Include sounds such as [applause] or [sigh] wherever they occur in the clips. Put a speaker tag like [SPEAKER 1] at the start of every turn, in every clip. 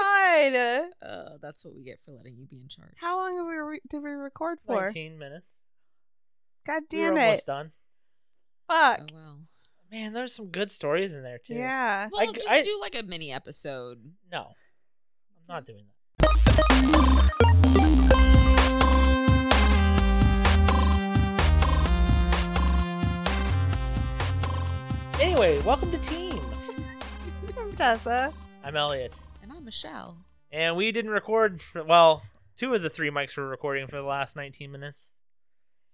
[SPEAKER 1] Dana.
[SPEAKER 2] Oh, that's what we get for letting you be in charge.
[SPEAKER 1] How long did we, re- did we record for?
[SPEAKER 3] 19 minutes.
[SPEAKER 1] God
[SPEAKER 3] We
[SPEAKER 1] damn
[SPEAKER 3] We're
[SPEAKER 1] it.
[SPEAKER 3] almost done.
[SPEAKER 1] Fuck.
[SPEAKER 2] Oh well.
[SPEAKER 3] Man, there's some good stories in there too.
[SPEAKER 1] Yeah. [laughs]
[SPEAKER 2] Well,
[SPEAKER 3] I-
[SPEAKER 2] just
[SPEAKER 3] I-
[SPEAKER 2] do like a mini episode.
[SPEAKER 3] No, I'm not doing that. Anyway, welcome to Teams.
[SPEAKER 1] I'm Tessa.
[SPEAKER 3] I'm Elliot,
[SPEAKER 2] And I'm Michelle.
[SPEAKER 3] and we didn't record. Well, two of the three mics were recording for the last 19 minutes,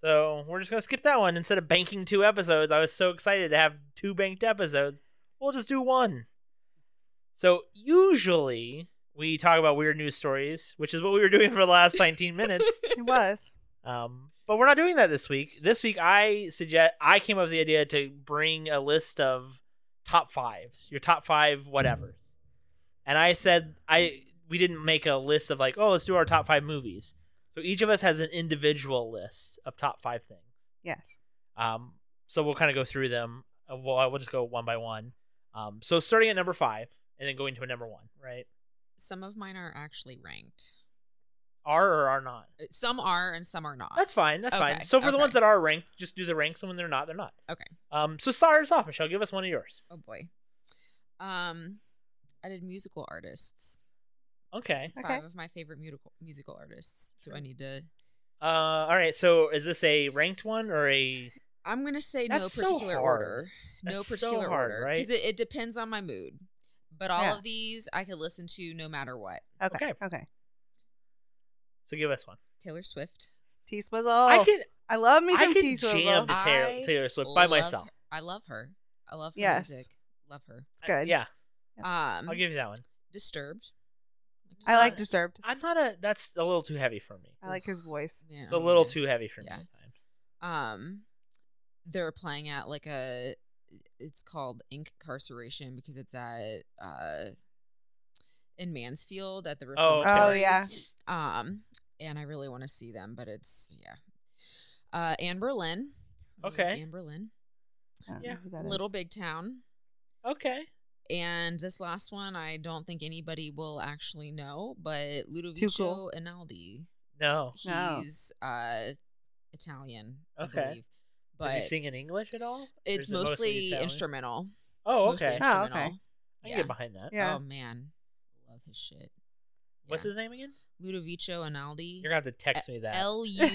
[SPEAKER 3] so we're just gonna skip that one instead of banking two episodes. I was so excited to have two banked episodes. We'll just do one. So usually we talk about weird news stories, which is what we were doing for the last 19 minutes.
[SPEAKER 1] It was.
[SPEAKER 3] Um, but we're not doing that this week. This week, I suggest I came up with the idea to bring a list of top fives, your top five whatevers. And I said I we didn't make a list of like, oh, let's do our top five movies. So each of us has an individual list of top five things.
[SPEAKER 1] Yes.
[SPEAKER 3] Um, so we'll kind of go through them. Uh, We'll, we'll just go one by one. Um, so starting at number five and then going to a number one, right?
[SPEAKER 2] Some of mine are actually ranked.
[SPEAKER 3] Are or are not.
[SPEAKER 2] Uh, Some are and some are not.
[SPEAKER 3] That's fine. That's fine.
[SPEAKER 2] Okay,
[SPEAKER 3] So for the
[SPEAKER 2] okay.
[SPEAKER 3] ones that are ranked, just do the ranks, and when they're not, they're not.
[SPEAKER 2] Okay.
[SPEAKER 3] Um. So start us off, Michelle. Give us one of yours.
[SPEAKER 2] Oh boy. Um, I did musical artists.
[SPEAKER 3] Okay.
[SPEAKER 1] Okay.
[SPEAKER 2] Five of my favorite musical musical artists. Do I need to?
[SPEAKER 3] Uh. All right. So is this a ranked one or a?
[SPEAKER 2] I'm gonna say
[SPEAKER 3] That's so
[SPEAKER 2] no particular
[SPEAKER 3] hard.
[SPEAKER 2] order. no
[SPEAKER 3] That's so
[SPEAKER 2] particular
[SPEAKER 3] hard,
[SPEAKER 2] order,
[SPEAKER 3] right?
[SPEAKER 2] because it, it depends on my mood. But all
[SPEAKER 1] Yeah.
[SPEAKER 2] of these I could listen to no matter what.
[SPEAKER 1] Okay.
[SPEAKER 3] Okay.
[SPEAKER 1] Okay.
[SPEAKER 3] So give us one.
[SPEAKER 2] Taylor Swift.
[SPEAKER 1] Tea swizzle.
[SPEAKER 3] I
[SPEAKER 1] I,
[SPEAKER 3] can.
[SPEAKER 1] love me
[SPEAKER 3] I
[SPEAKER 1] some
[SPEAKER 3] can
[SPEAKER 1] tea swizzle.
[SPEAKER 3] jam to Taylor,
[SPEAKER 2] I
[SPEAKER 3] Taylor Swift by
[SPEAKER 2] Love
[SPEAKER 3] myself.
[SPEAKER 2] her- I love her. I love her
[SPEAKER 1] Yes.
[SPEAKER 2] music. Love her.
[SPEAKER 1] it's good.
[SPEAKER 3] Yeah.
[SPEAKER 2] Um,
[SPEAKER 3] I'll give you that one.
[SPEAKER 2] Disturbed.
[SPEAKER 1] I like
[SPEAKER 2] Disturbed.
[SPEAKER 1] disturbed.
[SPEAKER 3] I'm not a. That's a little too heavy for me.
[SPEAKER 1] I like his voice.
[SPEAKER 2] Man,
[SPEAKER 3] It's a
[SPEAKER 2] I'm
[SPEAKER 3] little
[SPEAKER 2] gonna-
[SPEAKER 3] too heavy for me.
[SPEAKER 2] Yeah.
[SPEAKER 3] At times.
[SPEAKER 2] um they were playing at like a it's called incarceration because it's at uh in mansfield at the
[SPEAKER 3] Oh, okay.
[SPEAKER 1] Oh
[SPEAKER 2] reformatory.
[SPEAKER 1] yeah.
[SPEAKER 2] um and i really want to see them but it's yeah uh anne berlin I like
[SPEAKER 3] Okay.
[SPEAKER 2] anne berlin
[SPEAKER 1] I don't know
[SPEAKER 3] Yeah.
[SPEAKER 1] who that
[SPEAKER 2] little
[SPEAKER 1] is.
[SPEAKER 2] big town
[SPEAKER 3] Okay.
[SPEAKER 2] and this last one i don't think anybody will actually know but ludovico
[SPEAKER 1] Too cool. Oh.
[SPEAKER 2] Einaudi.
[SPEAKER 3] No.
[SPEAKER 1] No.
[SPEAKER 2] he's uh italian
[SPEAKER 3] Okay.
[SPEAKER 2] okay believe. but
[SPEAKER 3] Does he sing in English at all? Or
[SPEAKER 2] It's
[SPEAKER 3] is it
[SPEAKER 2] mostly,
[SPEAKER 3] Italian?
[SPEAKER 2] instrumental.
[SPEAKER 3] Oh,
[SPEAKER 2] Mostly
[SPEAKER 3] okay.
[SPEAKER 1] Oh, okay.
[SPEAKER 2] instrumental.
[SPEAKER 3] I can
[SPEAKER 2] yeah.
[SPEAKER 3] get behind that.
[SPEAKER 1] Yeah.
[SPEAKER 2] Oh man, love his shit.
[SPEAKER 3] What's
[SPEAKER 2] Yeah.
[SPEAKER 3] his name again?
[SPEAKER 2] Ludovico Einaudi.
[SPEAKER 3] You're gonna have to
[SPEAKER 2] E
[SPEAKER 3] text me that.
[SPEAKER 2] L
[SPEAKER 1] [laughs]
[SPEAKER 3] [laughs]
[SPEAKER 2] U [laughs]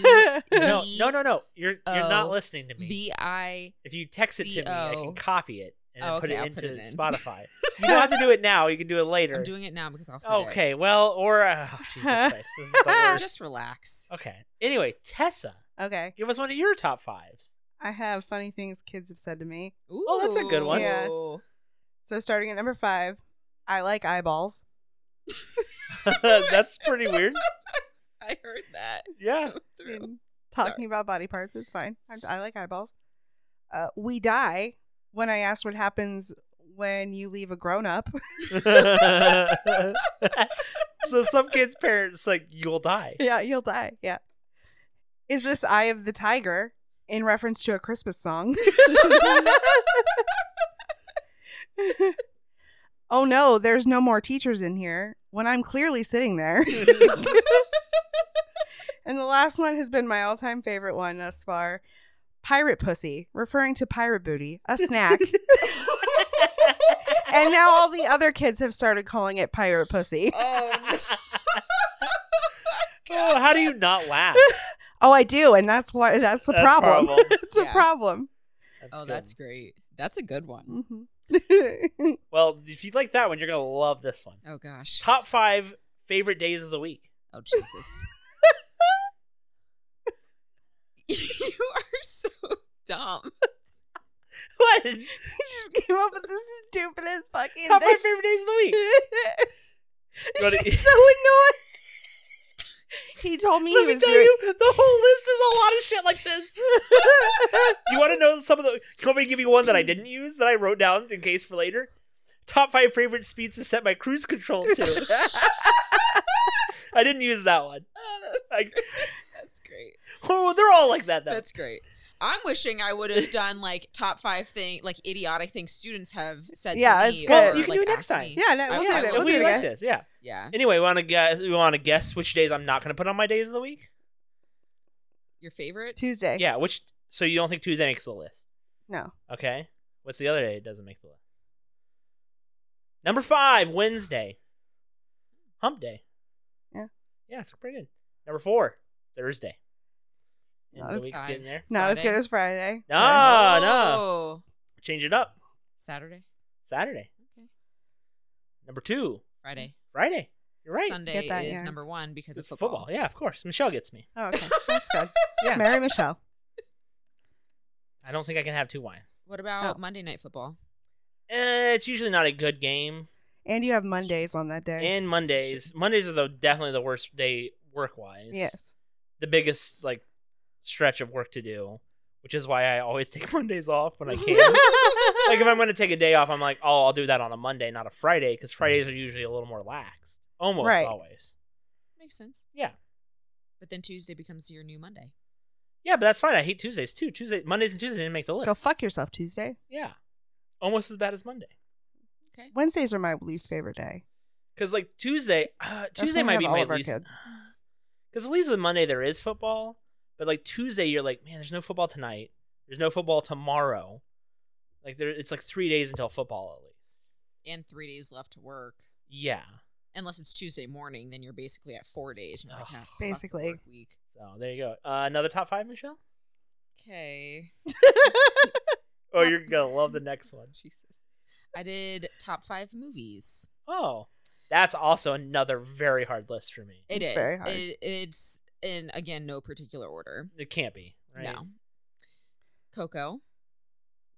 [SPEAKER 3] no,
[SPEAKER 2] D-
[SPEAKER 3] no, no, no. You're you're not
[SPEAKER 2] O-
[SPEAKER 3] listening to me.
[SPEAKER 2] V I.
[SPEAKER 3] If you text it to me, I
[SPEAKER 2] CO.
[SPEAKER 3] can copy it and
[SPEAKER 2] Oh,
[SPEAKER 3] put
[SPEAKER 2] okay,
[SPEAKER 3] it
[SPEAKER 2] I'll
[SPEAKER 3] into
[SPEAKER 2] put it in. [laughs]
[SPEAKER 3] Spotify. you don't have to do it now. You can do it later.
[SPEAKER 2] I'm doing it now because I'll forget.
[SPEAKER 3] okay, well, or uh,
[SPEAKER 2] [laughs]
[SPEAKER 3] oh, Jesus Christ, this is the
[SPEAKER 1] Ah.
[SPEAKER 3] worst.
[SPEAKER 2] Just relax.
[SPEAKER 3] Okay. Anyway, Tessa,
[SPEAKER 1] okay.
[SPEAKER 3] give us one of your top
[SPEAKER 2] [laughs]
[SPEAKER 3] fives. [laughs]
[SPEAKER 1] I have funny things kids have said to me.
[SPEAKER 2] Ooh.
[SPEAKER 3] Oh, that's a good one.
[SPEAKER 1] Yeah. So starting at number five, I like eyeballs.
[SPEAKER 3] [laughs] That's pretty weird.
[SPEAKER 2] [laughs] I heard that. [laughs]
[SPEAKER 3] Yeah.
[SPEAKER 2] Through.
[SPEAKER 1] And talking
[SPEAKER 2] Sorry.
[SPEAKER 1] about body parts, it's fine. I, I like eyeballs. Uh, we die. When I asked what happens when you leave a grown up,
[SPEAKER 3] so some kids' parents like
[SPEAKER 2] [laughs]
[SPEAKER 3] you'll die. [laughs]
[SPEAKER 1] yeah, you'll die. Yeah. Is this Eye of the Tiger in reference to a Christmas
[SPEAKER 3] [laughs]
[SPEAKER 1] song? oh no, there's no more teachers in here when I'm clearly sitting
[SPEAKER 3] [laughs]
[SPEAKER 1] there. and the last one has been my all time favorite one thus far Pirate Pussy, referring to pirate booty, a
[SPEAKER 3] [laughs]
[SPEAKER 1] snack. and now all the other kids have started calling it pirate pussy.
[SPEAKER 2] Oh,
[SPEAKER 3] Um, [laughs]
[SPEAKER 2] no.
[SPEAKER 3] Oh, how do you not laugh?
[SPEAKER 1] Oh, I do, and that's why that's the
[SPEAKER 3] That's
[SPEAKER 1] problem.
[SPEAKER 3] horrible.
[SPEAKER 1] [laughs] it's a
[SPEAKER 2] Yeah.
[SPEAKER 1] problem.
[SPEAKER 3] That's
[SPEAKER 2] oh,
[SPEAKER 3] good. Mm.
[SPEAKER 2] that's great. That's a good one.
[SPEAKER 3] Mm-hmm.
[SPEAKER 1] [laughs] Mhm.
[SPEAKER 3] Well, if you like that one, you're gonna love this one.
[SPEAKER 2] Oh gosh.
[SPEAKER 3] Top five favorite days of the week. [laughs]
[SPEAKER 2] Oh Jesus. [laughs] you are so dumb. [laughs]
[SPEAKER 1] [laughs]
[SPEAKER 3] What?
[SPEAKER 1] just came up with the stupidest fucking
[SPEAKER 3] Top
[SPEAKER 1] thing.
[SPEAKER 3] five favorite days of the
[SPEAKER 1] [laughs]
[SPEAKER 3] week. wanna-
[SPEAKER 1] She's so annoying. He told me
[SPEAKER 3] [laughs] Let
[SPEAKER 1] he
[SPEAKER 3] me
[SPEAKER 1] was
[SPEAKER 3] tell
[SPEAKER 1] doing-
[SPEAKER 3] you, the whole list is a lot of shit like
[SPEAKER 1] [laughs]
[SPEAKER 3] this. [laughs] you want to know some of the? You want me to give you one that I didn't use that I wrote down in case for later? Top five favorite speeds to set my cruise control to.
[SPEAKER 1] [laughs]
[SPEAKER 3] I didn't use that one.
[SPEAKER 2] Oh, that's,
[SPEAKER 3] I-
[SPEAKER 2] great. that's great.
[SPEAKER 3] Oh, they're all like that though.
[SPEAKER 2] That's great. I'm wishing I would have done like top five thing, like idiotic things students have said.
[SPEAKER 1] Yeah,
[SPEAKER 2] to
[SPEAKER 1] it's
[SPEAKER 2] me
[SPEAKER 1] good.
[SPEAKER 2] Or,
[SPEAKER 1] You
[SPEAKER 3] can
[SPEAKER 2] like,
[SPEAKER 3] do it next
[SPEAKER 2] asked
[SPEAKER 3] time.
[SPEAKER 2] me.
[SPEAKER 1] Yeah, no,
[SPEAKER 2] I-
[SPEAKER 1] we'll
[SPEAKER 2] I
[SPEAKER 1] do it.
[SPEAKER 2] will
[SPEAKER 1] We'll
[SPEAKER 3] we
[SPEAKER 1] do it
[SPEAKER 2] do
[SPEAKER 3] like
[SPEAKER 1] again.
[SPEAKER 3] this. Yeah.
[SPEAKER 2] Yeah,
[SPEAKER 3] Anyway, we want to guess. We want to guess which days I'm not going to put on my days of the week.
[SPEAKER 2] your favorite
[SPEAKER 1] Tuesday.
[SPEAKER 3] Yeah. Which. So you don't think Tuesday makes the list?
[SPEAKER 1] No.
[SPEAKER 3] Okay. What's the other day? It doesn't make the list. Number five, Wednesday. Hump day.
[SPEAKER 1] Yeah.
[SPEAKER 3] Yeah, it's pretty good. Number four, Thursday. End
[SPEAKER 1] Not
[SPEAKER 3] of
[SPEAKER 1] as
[SPEAKER 3] the week's
[SPEAKER 2] five.
[SPEAKER 3] getting there.
[SPEAKER 1] Not as
[SPEAKER 2] Friday.
[SPEAKER 1] good as Friday.
[SPEAKER 3] No, no.
[SPEAKER 2] Oh,
[SPEAKER 3] Change it up.
[SPEAKER 2] Saturday,
[SPEAKER 3] Saturday.
[SPEAKER 2] Okay.
[SPEAKER 3] Number two,
[SPEAKER 2] Friday,
[SPEAKER 3] Friday. You're right.
[SPEAKER 2] Sunday
[SPEAKER 1] Get that,
[SPEAKER 2] is
[SPEAKER 1] yeah.
[SPEAKER 2] number one because
[SPEAKER 3] It's
[SPEAKER 2] of
[SPEAKER 3] football. Yeah, of course. Michelle gets me.
[SPEAKER 1] Oh, okay. That's good.
[SPEAKER 3] Yeah.
[SPEAKER 1] Mary Michelle.
[SPEAKER 3] I don't think I can have two wines.
[SPEAKER 2] What about
[SPEAKER 1] Oh.
[SPEAKER 2] Monday night football?
[SPEAKER 3] Eh, it's usually not a good game.
[SPEAKER 1] And you have Mondays on that day.
[SPEAKER 3] And Mondays. Mondays are the, definitely the worst day work wise.
[SPEAKER 1] yes.
[SPEAKER 3] The biggest like stretch of work to do, which is why I always [laughs] take Mondays off
[SPEAKER 2] [laughs]
[SPEAKER 3] when
[SPEAKER 1] [laughs]
[SPEAKER 3] I can. like if I'm going to take a day off, I'm like, oh, I'll do that on a Monday, not a Friday, because Fridays are usually a little more lax. Almost
[SPEAKER 1] Right.
[SPEAKER 3] always.
[SPEAKER 2] Makes sense.
[SPEAKER 3] Yeah.
[SPEAKER 2] But then Tuesday becomes your new Monday.
[SPEAKER 3] Yeah, but that's fine. I hate Tuesdays too. Tuesday, Mondays and Tuesdays didn't make the list.
[SPEAKER 1] Go fuck yourself Tuesday.
[SPEAKER 3] yeah, almost as bad as Monday.
[SPEAKER 2] Okay.
[SPEAKER 1] Wednesdays are my least favorite day.
[SPEAKER 3] Because like Tuesday, [sighs] uh, Tuesday
[SPEAKER 1] when we
[SPEAKER 3] might
[SPEAKER 1] have
[SPEAKER 3] be
[SPEAKER 1] all
[SPEAKER 3] my
[SPEAKER 1] of our
[SPEAKER 3] least. [sighs]
[SPEAKER 1] kids.
[SPEAKER 3] Because at least with Monday there is football, but like Tuesday you're like, man, there's no football tonight. There's no football tomorrow. Like there, it's like three days until football at least.
[SPEAKER 2] And three days left to work.
[SPEAKER 3] Yeah.
[SPEAKER 2] Unless it's Tuesday morning, then you're basically at four days. and you're like,
[SPEAKER 3] Ugh.
[SPEAKER 2] "Ah, fuck the
[SPEAKER 1] Basically.
[SPEAKER 2] work week.
[SPEAKER 3] So there you go. Uh, another top five, Michelle.
[SPEAKER 2] Okay. [laughs]
[SPEAKER 3] Oh,
[SPEAKER 2] Top-
[SPEAKER 3] you're gonna [laughs] love the next one.
[SPEAKER 2] Jesus. I did top five movies.
[SPEAKER 3] Oh, that's also another very hard list for me.
[SPEAKER 2] It
[SPEAKER 1] It's
[SPEAKER 2] is.
[SPEAKER 1] very hard.
[SPEAKER 2] It, it's in again no particular order.
[SPEAKER 3] It can't be. Right?
[SPEAKER 2] No. Coco.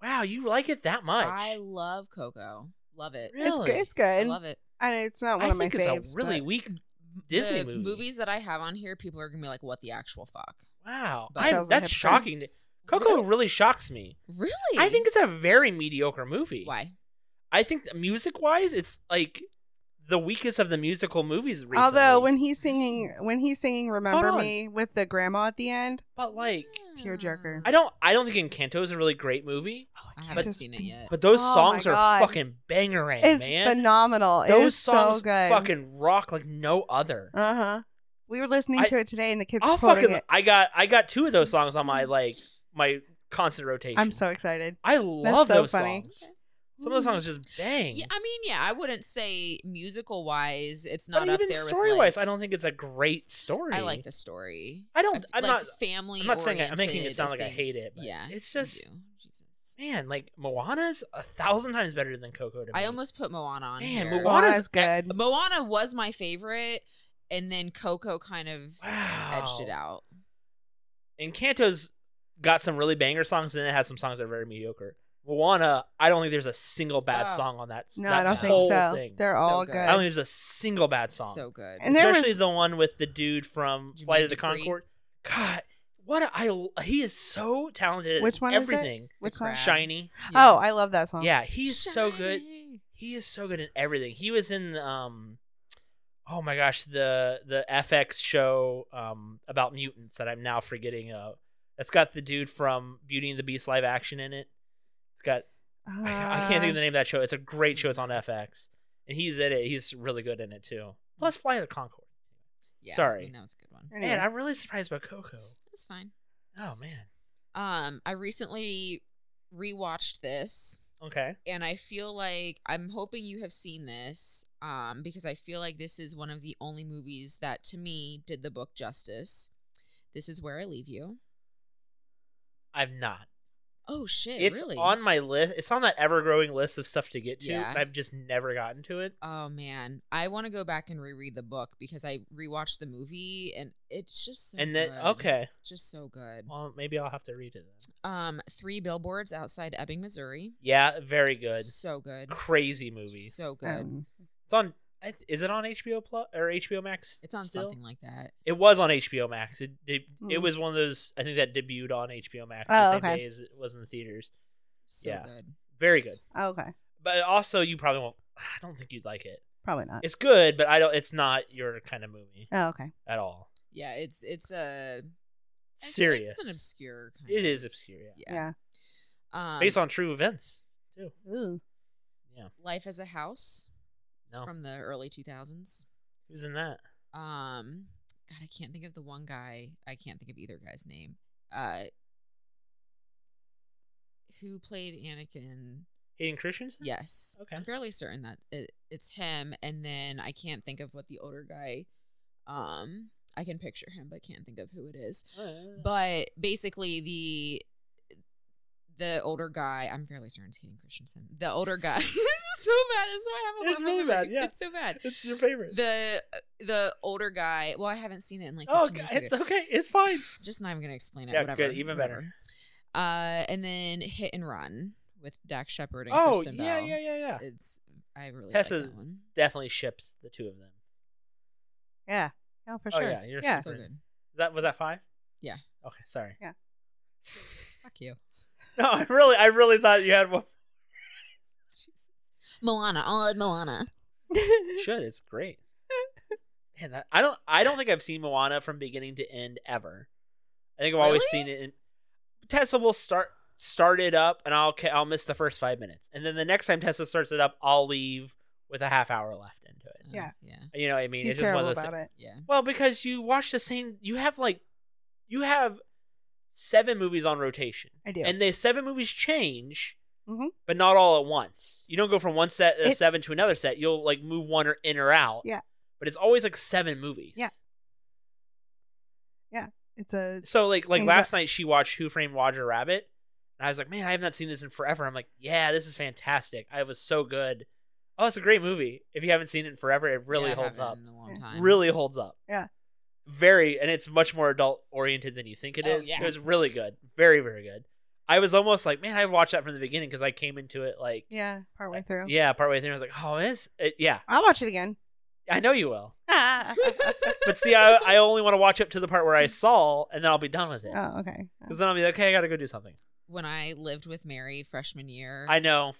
[SPEAKER 3] Wow, you like it that much?
[SPEAKER 2] I love Coco. Love it.
[SPEAKER 3] Really?
[SPEAKER 1] It's good. It's
[SPEAKER 2] I
[SPEAKER 1] good.
[SPEAKER 2] love it.
[SPEAKER 1] And it's not one
[SPEAKER 3] I
[SPEAKER 1] of my
[SPEAKER 3] think it's
[SPEAKER 1] faves.
[SPEAKER 3] a really
[SPEAKER 1] but-
[SPEAKER 3] weak. Disney
[SPEAKER 2] the
[SPEAKER 3] movie.
[SPEAKER 2] movies that I have on here, people are gonna be like, "What the actual fuck?"
[SPEAKER 3] Wow,
[SPEAKER 2] But-
[SPEAKER 3] I'm-
[SPEAKER 1] Michelle's a
[SPEAKER 3] that's
[SPEAKER 1] hypocrite.
[SPEAKER 3] shocking. to- Coco
[SPEAKER 2] Really?
[SPEAKER 3] really shocks me.
[SPEAKER 2] Really?
[SPEAKER 3] I think it's a very mediocre movie.
[SPEAKER 2] why
[SPEAKER 3] I think music wise, it's like the weakest of the musical movies recently.
[SPEAKER 1] Although when he's singing when he's singing Remember
[SPEAKER 3] on.
[SPEAKER 1] Me with the grandma at the end,
[SPEAKER 3] but like
[SPEAKER 1] Tearjerker.
[SPEAKER 2] Hmm.
[SPEAKER 3] I don't, I don't think Encanto is a really great movie.
[SPEAKER 2] I
[SPEAKER 1] can't
[SPEAKER 2] haven't
[SPEAKER 1] just
[SPEAKER 2] seen it
[SPEAKER 1] be-
[SPEAKER 2] yet.
[SPEAKER 3] But those
[SPEAKER 1] Oh my
[SPEAKER 3] songs are
[SPEAKER 1] God.
[SPEAKER 3] fucking bangerang,
[SPEAKER 1] it's
[SPEAKER 3] man.
[SPEAKER 1] phenomenal. It
[SPEAKER 3] those
[SPEAKER 1] is
[SPEAKER 3] songs
[SPEAKER 1] so good.
[SPEAKER 3] fucking rock like no other.
[SPEAKER 1] Uh huh. We were listening
[SPEAKER 3] I-
[SPEAKER 1] to it today, and the kids
[SPEAKER 3] I'll
[SPEAKER 1] are
[SPEAKER 3] fucking.
[SPEAKER 1] quoting it.
[SPEAKER 3] I got I got two of those songs on my like my constant rotation.
[SPEAKER 1] I'm so excited.
[SPEAKER 3] I love
[SPEAKER 1] so
[SPEAKER 3] those
[SPEAKER 1] funny.
[SPEAKER 3] songs. Some of those songs just bang.
[SPEAKER 2] Yeah, I mean, yeah, I wouldn't say musical wise, it's
[SPEAKER 3] but
[SPEAKER 2] not up
[SPEAKER 3] even
[SPEAKER 2] there
[SPEAKER 3] story
[SPEAKER 2] with.
[SPEAKER 3] wise,
[SPEAKER 2] like,
[SPEAKER 3] I don't think it's a great story.
[SPEAKER 2] I like the story.
[SPEAKER 3] I don't-
[SPEAKER 2] f-
[SPEAKER 3] I'm
[SPEAKER 2] like
[SPEAKER 3] not-
[SPEAKER 2] family.
[SPEAKER 3] I'm not saying I- I'm making it sound like I hate it, but
[SPEAKER 2] yeah,
[SPEAKER 3] it's
[SPEAKER 2] you
[SPEAKER 3] just-
[SPEAKER 2] do. Jesus.
[SPEAKER 3] Man, like Moana's a thousand times better than Coco to me.
[SPEAKER 2] I almost put Moana on
[SPEAKER 3] Man,
[SPEAKER 2] here.
[SPEAKER 1] Moana's
[SPEAKER 3] Moana's
[SPEAKER 1] good.
[SPEAKER 2] Moana was my favorite, and then Coco kind of
[SPEAKER 3] wow.
[SPEAKER 2] edged it out.
[SPEAKER 3] Encanto's got some really banger songs, and it has some songs that are very mediocre. Moana, I don't think there's a single bad
[SPEAKER 2] Oh.
[SPEAKER 3] song on that.
[SPEAKER 1] No,
[SPEAKER 3] that
[SPEAKER 1] I don't
[SPEAKER 3] whole
[SPEAKER 1] think so.
[SPEAKER 3] Thing.
[SPEAKER 1] They're
[SPEAKER 2] So
[SPEAKER 1] all
[SPEAKER 2] good.
[SPEAKER 1] good.
[SPEAKER 3] I don't think there's a single bad song.
[SPEAKER 2] So good.
[SPEAKER 1] And there
[SPEAKER 3] especially
[SPEAKER 1] was-
[SPEAKER 3] the one with the dude from
[SPEAKER 2] Jermaine
[SPEAKER 3] Flight of the
[SPEAKER 2] Dupri.
[SPEAKER 3] Concord. God, what a, I he is so talented. at
[SPEAKER 1] Which one is it?
[SPEAKER 3] Everything.
[SPEAKER 1] Which
[SPEAKER 2] crap.
[SPEAKER 1] song?
[SPEAKER 3] Shiny.
[SPEAKER 2] Yeah.
[SPEAKER 1] Oh, I love that song.
[SPEAKER 3] Yeah, he's so good.
[SPEAKER 2] Shiny.
[SPEAKER 3] He is so good in everything. He was in um oh my gosh, the the FX show um about mutants that I'm now forgetting uh that's got the dude from Beauty and the Beast live action in it. It's got I, I can't
[SPEAKER 1] Uh,
[SPEAKER 3] think of the name of that show. It's a great show. It's on FX. And he's in it. He's really good in it too. Plus Fly of the Concord.
[SPEAKER 2] Yeah,
[SPEAKER 3] Sorry.
[SPEAKER 2] I mean, that was a good one.
[SPEAKER 1] Uh, anyway.
[SPEAKER 3] Man, I'm really surprised by Coco.
[SPEAKER 2] That's fine.
[SPEAKER 3] Oh man.
[SPEAKER 2] Um, I recently rewatched this,
[SPEAKER 3] Okay.
[SPEAKER 2] and I feel like I'm hoping you have seen this, um, because I feel like this is one of the only movies that, to me, did the book justice. This is where I leave you.
[SPEAKER 3] I'm not.
[SPEAKER 2] Oh shit!
[SPEAKER 3] It's
[SPEAKER 2] really?
[SPEAKER 3] on my list. It's on that ever growing list of stuff to get to.
[SPEAKER 2] Yeah.
[SPEAKER 3] and I've just never gotten to it.
[SPEAKER 2] Oh man, I want to go back and reread the book because I rewatched the movie and it's just so
[SPEAKER 3] and then
[SPEAKER 2] good.
[SPEAKER 3] okay.
[SPEAKER 2] just so good.
[SPEAKER 3] Well, maybe I'll have to read it then.
[SPEAKER 2] Um, three billboards outside Ebbing, Missouri.
[SPEAKER 3] Yeah, very good.
[SPEAKER 2] So good.
[SPEAKER 3] Crazy movie.
[SPEAKER 2] So good.
[SPEAKER 1] Um,
[SPEAKER 3] It's on. I th- Is it on HBO Plus or HBO Max?
[SPEAKER 2] it's on
[SPEAKER 3] still?
[SPEAKER 2] something like that.
[SPEAKER 3] It was on HBO Max. It de- it
[SPEAKER 1] Hmm.
[SPEAKER 3] was one of those. I think that debuted on HBO Max
[SPEAKER 1] Oh,
[SPEAKER 3] the same
[SPEAKER 1] okay.
[SPEAKER 3] day as it was in the theaters.
[SPEAKER 2] So
[SPEAKER 3] Yeah.
[SPEAKER 2] good.
[SPEAKER 3] Very good.
[SPEAKER 1] Oh, okay.
[SPEAKER 3] But also, you probably won't. I don't think you'd like it.
[SPEAKER 1] Probably not.
[SPEAKER 3] It's good, but I don't. It's not your kind of movie
[SPEAKER 1] Oh, okay.
[SPEAKER 3] at all.
[SPEAKER 2] Yeah, it's it's a I feel
[SPEAKER 3] It's
[SPEAKER 2] like
[SPEAKER 3] serious.
[SPEAKER 2] It's an obscure kind
[SPEAKER 3] It
[SPEAKER 2] of-
[SPEAKER 3] is obscure, yeah.
[SPEAKER 2] Yeah.
[SPEAKER 1] Yeah.
[SPEAKER 2] Um,
[SPEAKER 3] Based on true events, too.
[SPEAKER 1] Ooh.
[SPEAKER 3] Yeah.
[SPEAKER 2] Life as a House
[SPEAKER 3] No.
[SPEAKER 2] from the early 2000s.
[SPEAKER 3] Who's in that?
[SPEAKER 2] Um, God, I can't think of the one guy. I can't think of either guy's name. Uh, who played Anakin?
[SPEAKER 3] Hayden Christensen?
[SPEAKER 2] Yes.
[SPEAKER 3] Okay.
[SPEAKER 2] I'm fairly certain that it, it's him. And then I can't think of what the older guy. Um, I can picture him, but can't think of who it is.
[SPEAKER 3] Uh,
[SPEAKER 2] But basically, the the older guy. I'm fairly certain it's Hayden Christensen. The older guy. [laughs] this is so bad. This is why I have a
[SPEAKER 3] It's
[SPEAKER 2] horrible
[SPEAKER 3] really bad,
[SPEAKER 2] memory.
[SPEAKER 3] yeah.
[SPEAKER 2] It's so bad.
[SPEAKER 3] it's your favorite.
[SPEAKER 2] The the older guy. Well, I haven't seen it in like. 15
[SPEAKER 3] oh,
[SPEAKER 2] years
[SPEAKER 3] God,
[SPEAKER 2] ago
[SPEAKER 3] it's okay. It's fine.
[SPEAKER 2] just not even gonna explain it.
[SPEAKER 3] Yeah,
[SPEAKER 2] whatever.
[SPEAKER 3] good, even
[SPEAKER 2] whatever.
[SPEAKER 3] better.
[SPEAKER 2] Uh, and then Hit and Run with Dak Shepard and
[SPEAKER 3] Oh,
[SPEAKER 2] Kristen
[SPEAKER 3] yeah,
[SPEAKER 2] Bell.
[SPEAKER 3] yeah, yeah, yeah.
[SPEAKER 2] It's I really
[SPEAKER 3] Tessa's-
[SPEAKER 2] like that one.
[SPEAKER 3] Definitely ships the two of them.
[SPEAKER 1] Yeah. No, for
[SPEAKER 3] Oh,
[SPEAKER 1] sure.
[SPEAKER 3] yeah, you're
[SPEAKER 1] yeah. [laughs]
[SPEAKER 2] So
[SPEAKER 3] Sorry.
[SPEAKER 2] good.
[SPEAKER 3] That was that five?
[SPEAKER 2] Yeah.
[SPEAKER 3] Okay, sorry. [laughs]
[SPEAKER 1] Yeah.
[SPEAKER 2] Fuck you,
[SPEAKER 3] No, I really, I really thought you had one.
[SPEAKER 2] Jesus. Moana. I'll add Moana.
[SPEAKER 3] [laughs] You should it's great. [laughs] Man, that, I don't, I don't think I've seen Moana from beginning to end ever. I think I've always
[SPEAKER 2] Really?
[SPEAKER 3] seen it. in Tessa will start start it up, and I'll ca- I'll miss the first five minutes, and then the next time Tessa starts it up, I'll leave with a half hour left into it.
[SPEAKER 2] Oh,
[SPEAKER 1] Yeah.
[SPEAKER 2] yeah,
[SPEAKER 3] You know what I mean?
[SPEAKER 1] He's
[SPEAKER 3] it's just one
[SPEAKER 1] terrible
[SPEAKER 3] of those.
[SPEAKER 1] about
[SPEAKER 3] thi-
[SPEAKER 1] it.
[SPEAKER 2] yeah.
[SPEAKER 3] Well, because you watch the same, you have like, you have seven movies on rotation.
[SPEAKER 1] I do.
[SPEAKER 3] and the seven movies change,
[SPEAKER 1] Mhm.
[SPEAKER 3] but not all at once. You don't go from one set of
[SPEAKER 1] It-
[SPEAKER 3] seven to another set. You'll like move one or in or out.
[SPEAKER 1] Yeah.
[SPEAKER 3] but it's always like seven movies.
[SPEAKER 1] Yeah. It's a
[SPEAKER 3] So like like
[SPEAKER 1] Exac-
[SPEAKER 3] last night she watched Who Framed Roger Rabbit, and I was like, man, I have not seen this in forever. I'm like, yeah, this is fantastic. I was so good. Oh, it's a great movie. If you haven't seen it in forever, it really
[SPEAKER 2] Yeah, I
[SPEAKER 3] holds up.
[SPEAKER 2] haven't In a
[SPEAKER 1] Yeah.
[SPEAKER 2] long time.
[SPEAKER 3] Really holds up.
[SPEAKER 1] Yeah.
[SPEAKER 3] Very, and it's much more adult oriented than you think it
[SPEAKER 2] Oh,
[SPEAKER 3] is.
[SPEAKER 2] yeah.
[SPEAKER 3] It was really good. Very, very good. I was almost like, man, I've watched that from the beginning because I came into it like
[SPEAKER 1] yeah, partway through.
[SPEAKER 3] Yeah, partway through, I was like, "Oh, is it, yeah,
[SPEAKER 1] I'll watch it
[SPEAKER 3] [laughs]
[SPEAKER 1] again. [laughs]
[SPEAKER 3] I know you will."
[SPEAKER 1] oh,
[SPEAKER 3] [laughs] But see, I, I only want to watch up to the part
[SPEAKER 1] [laughs]
[SPEAKER 3] where I saw, and then I'll be done with it.
[SPEAKER 1] okay.
[SPEAKER 3] Because then I'll be like, "Okay, I gotta go do something."
[SPEAKER 2] When I lived with Mary freshman year.
[SPEAKER 3] I know,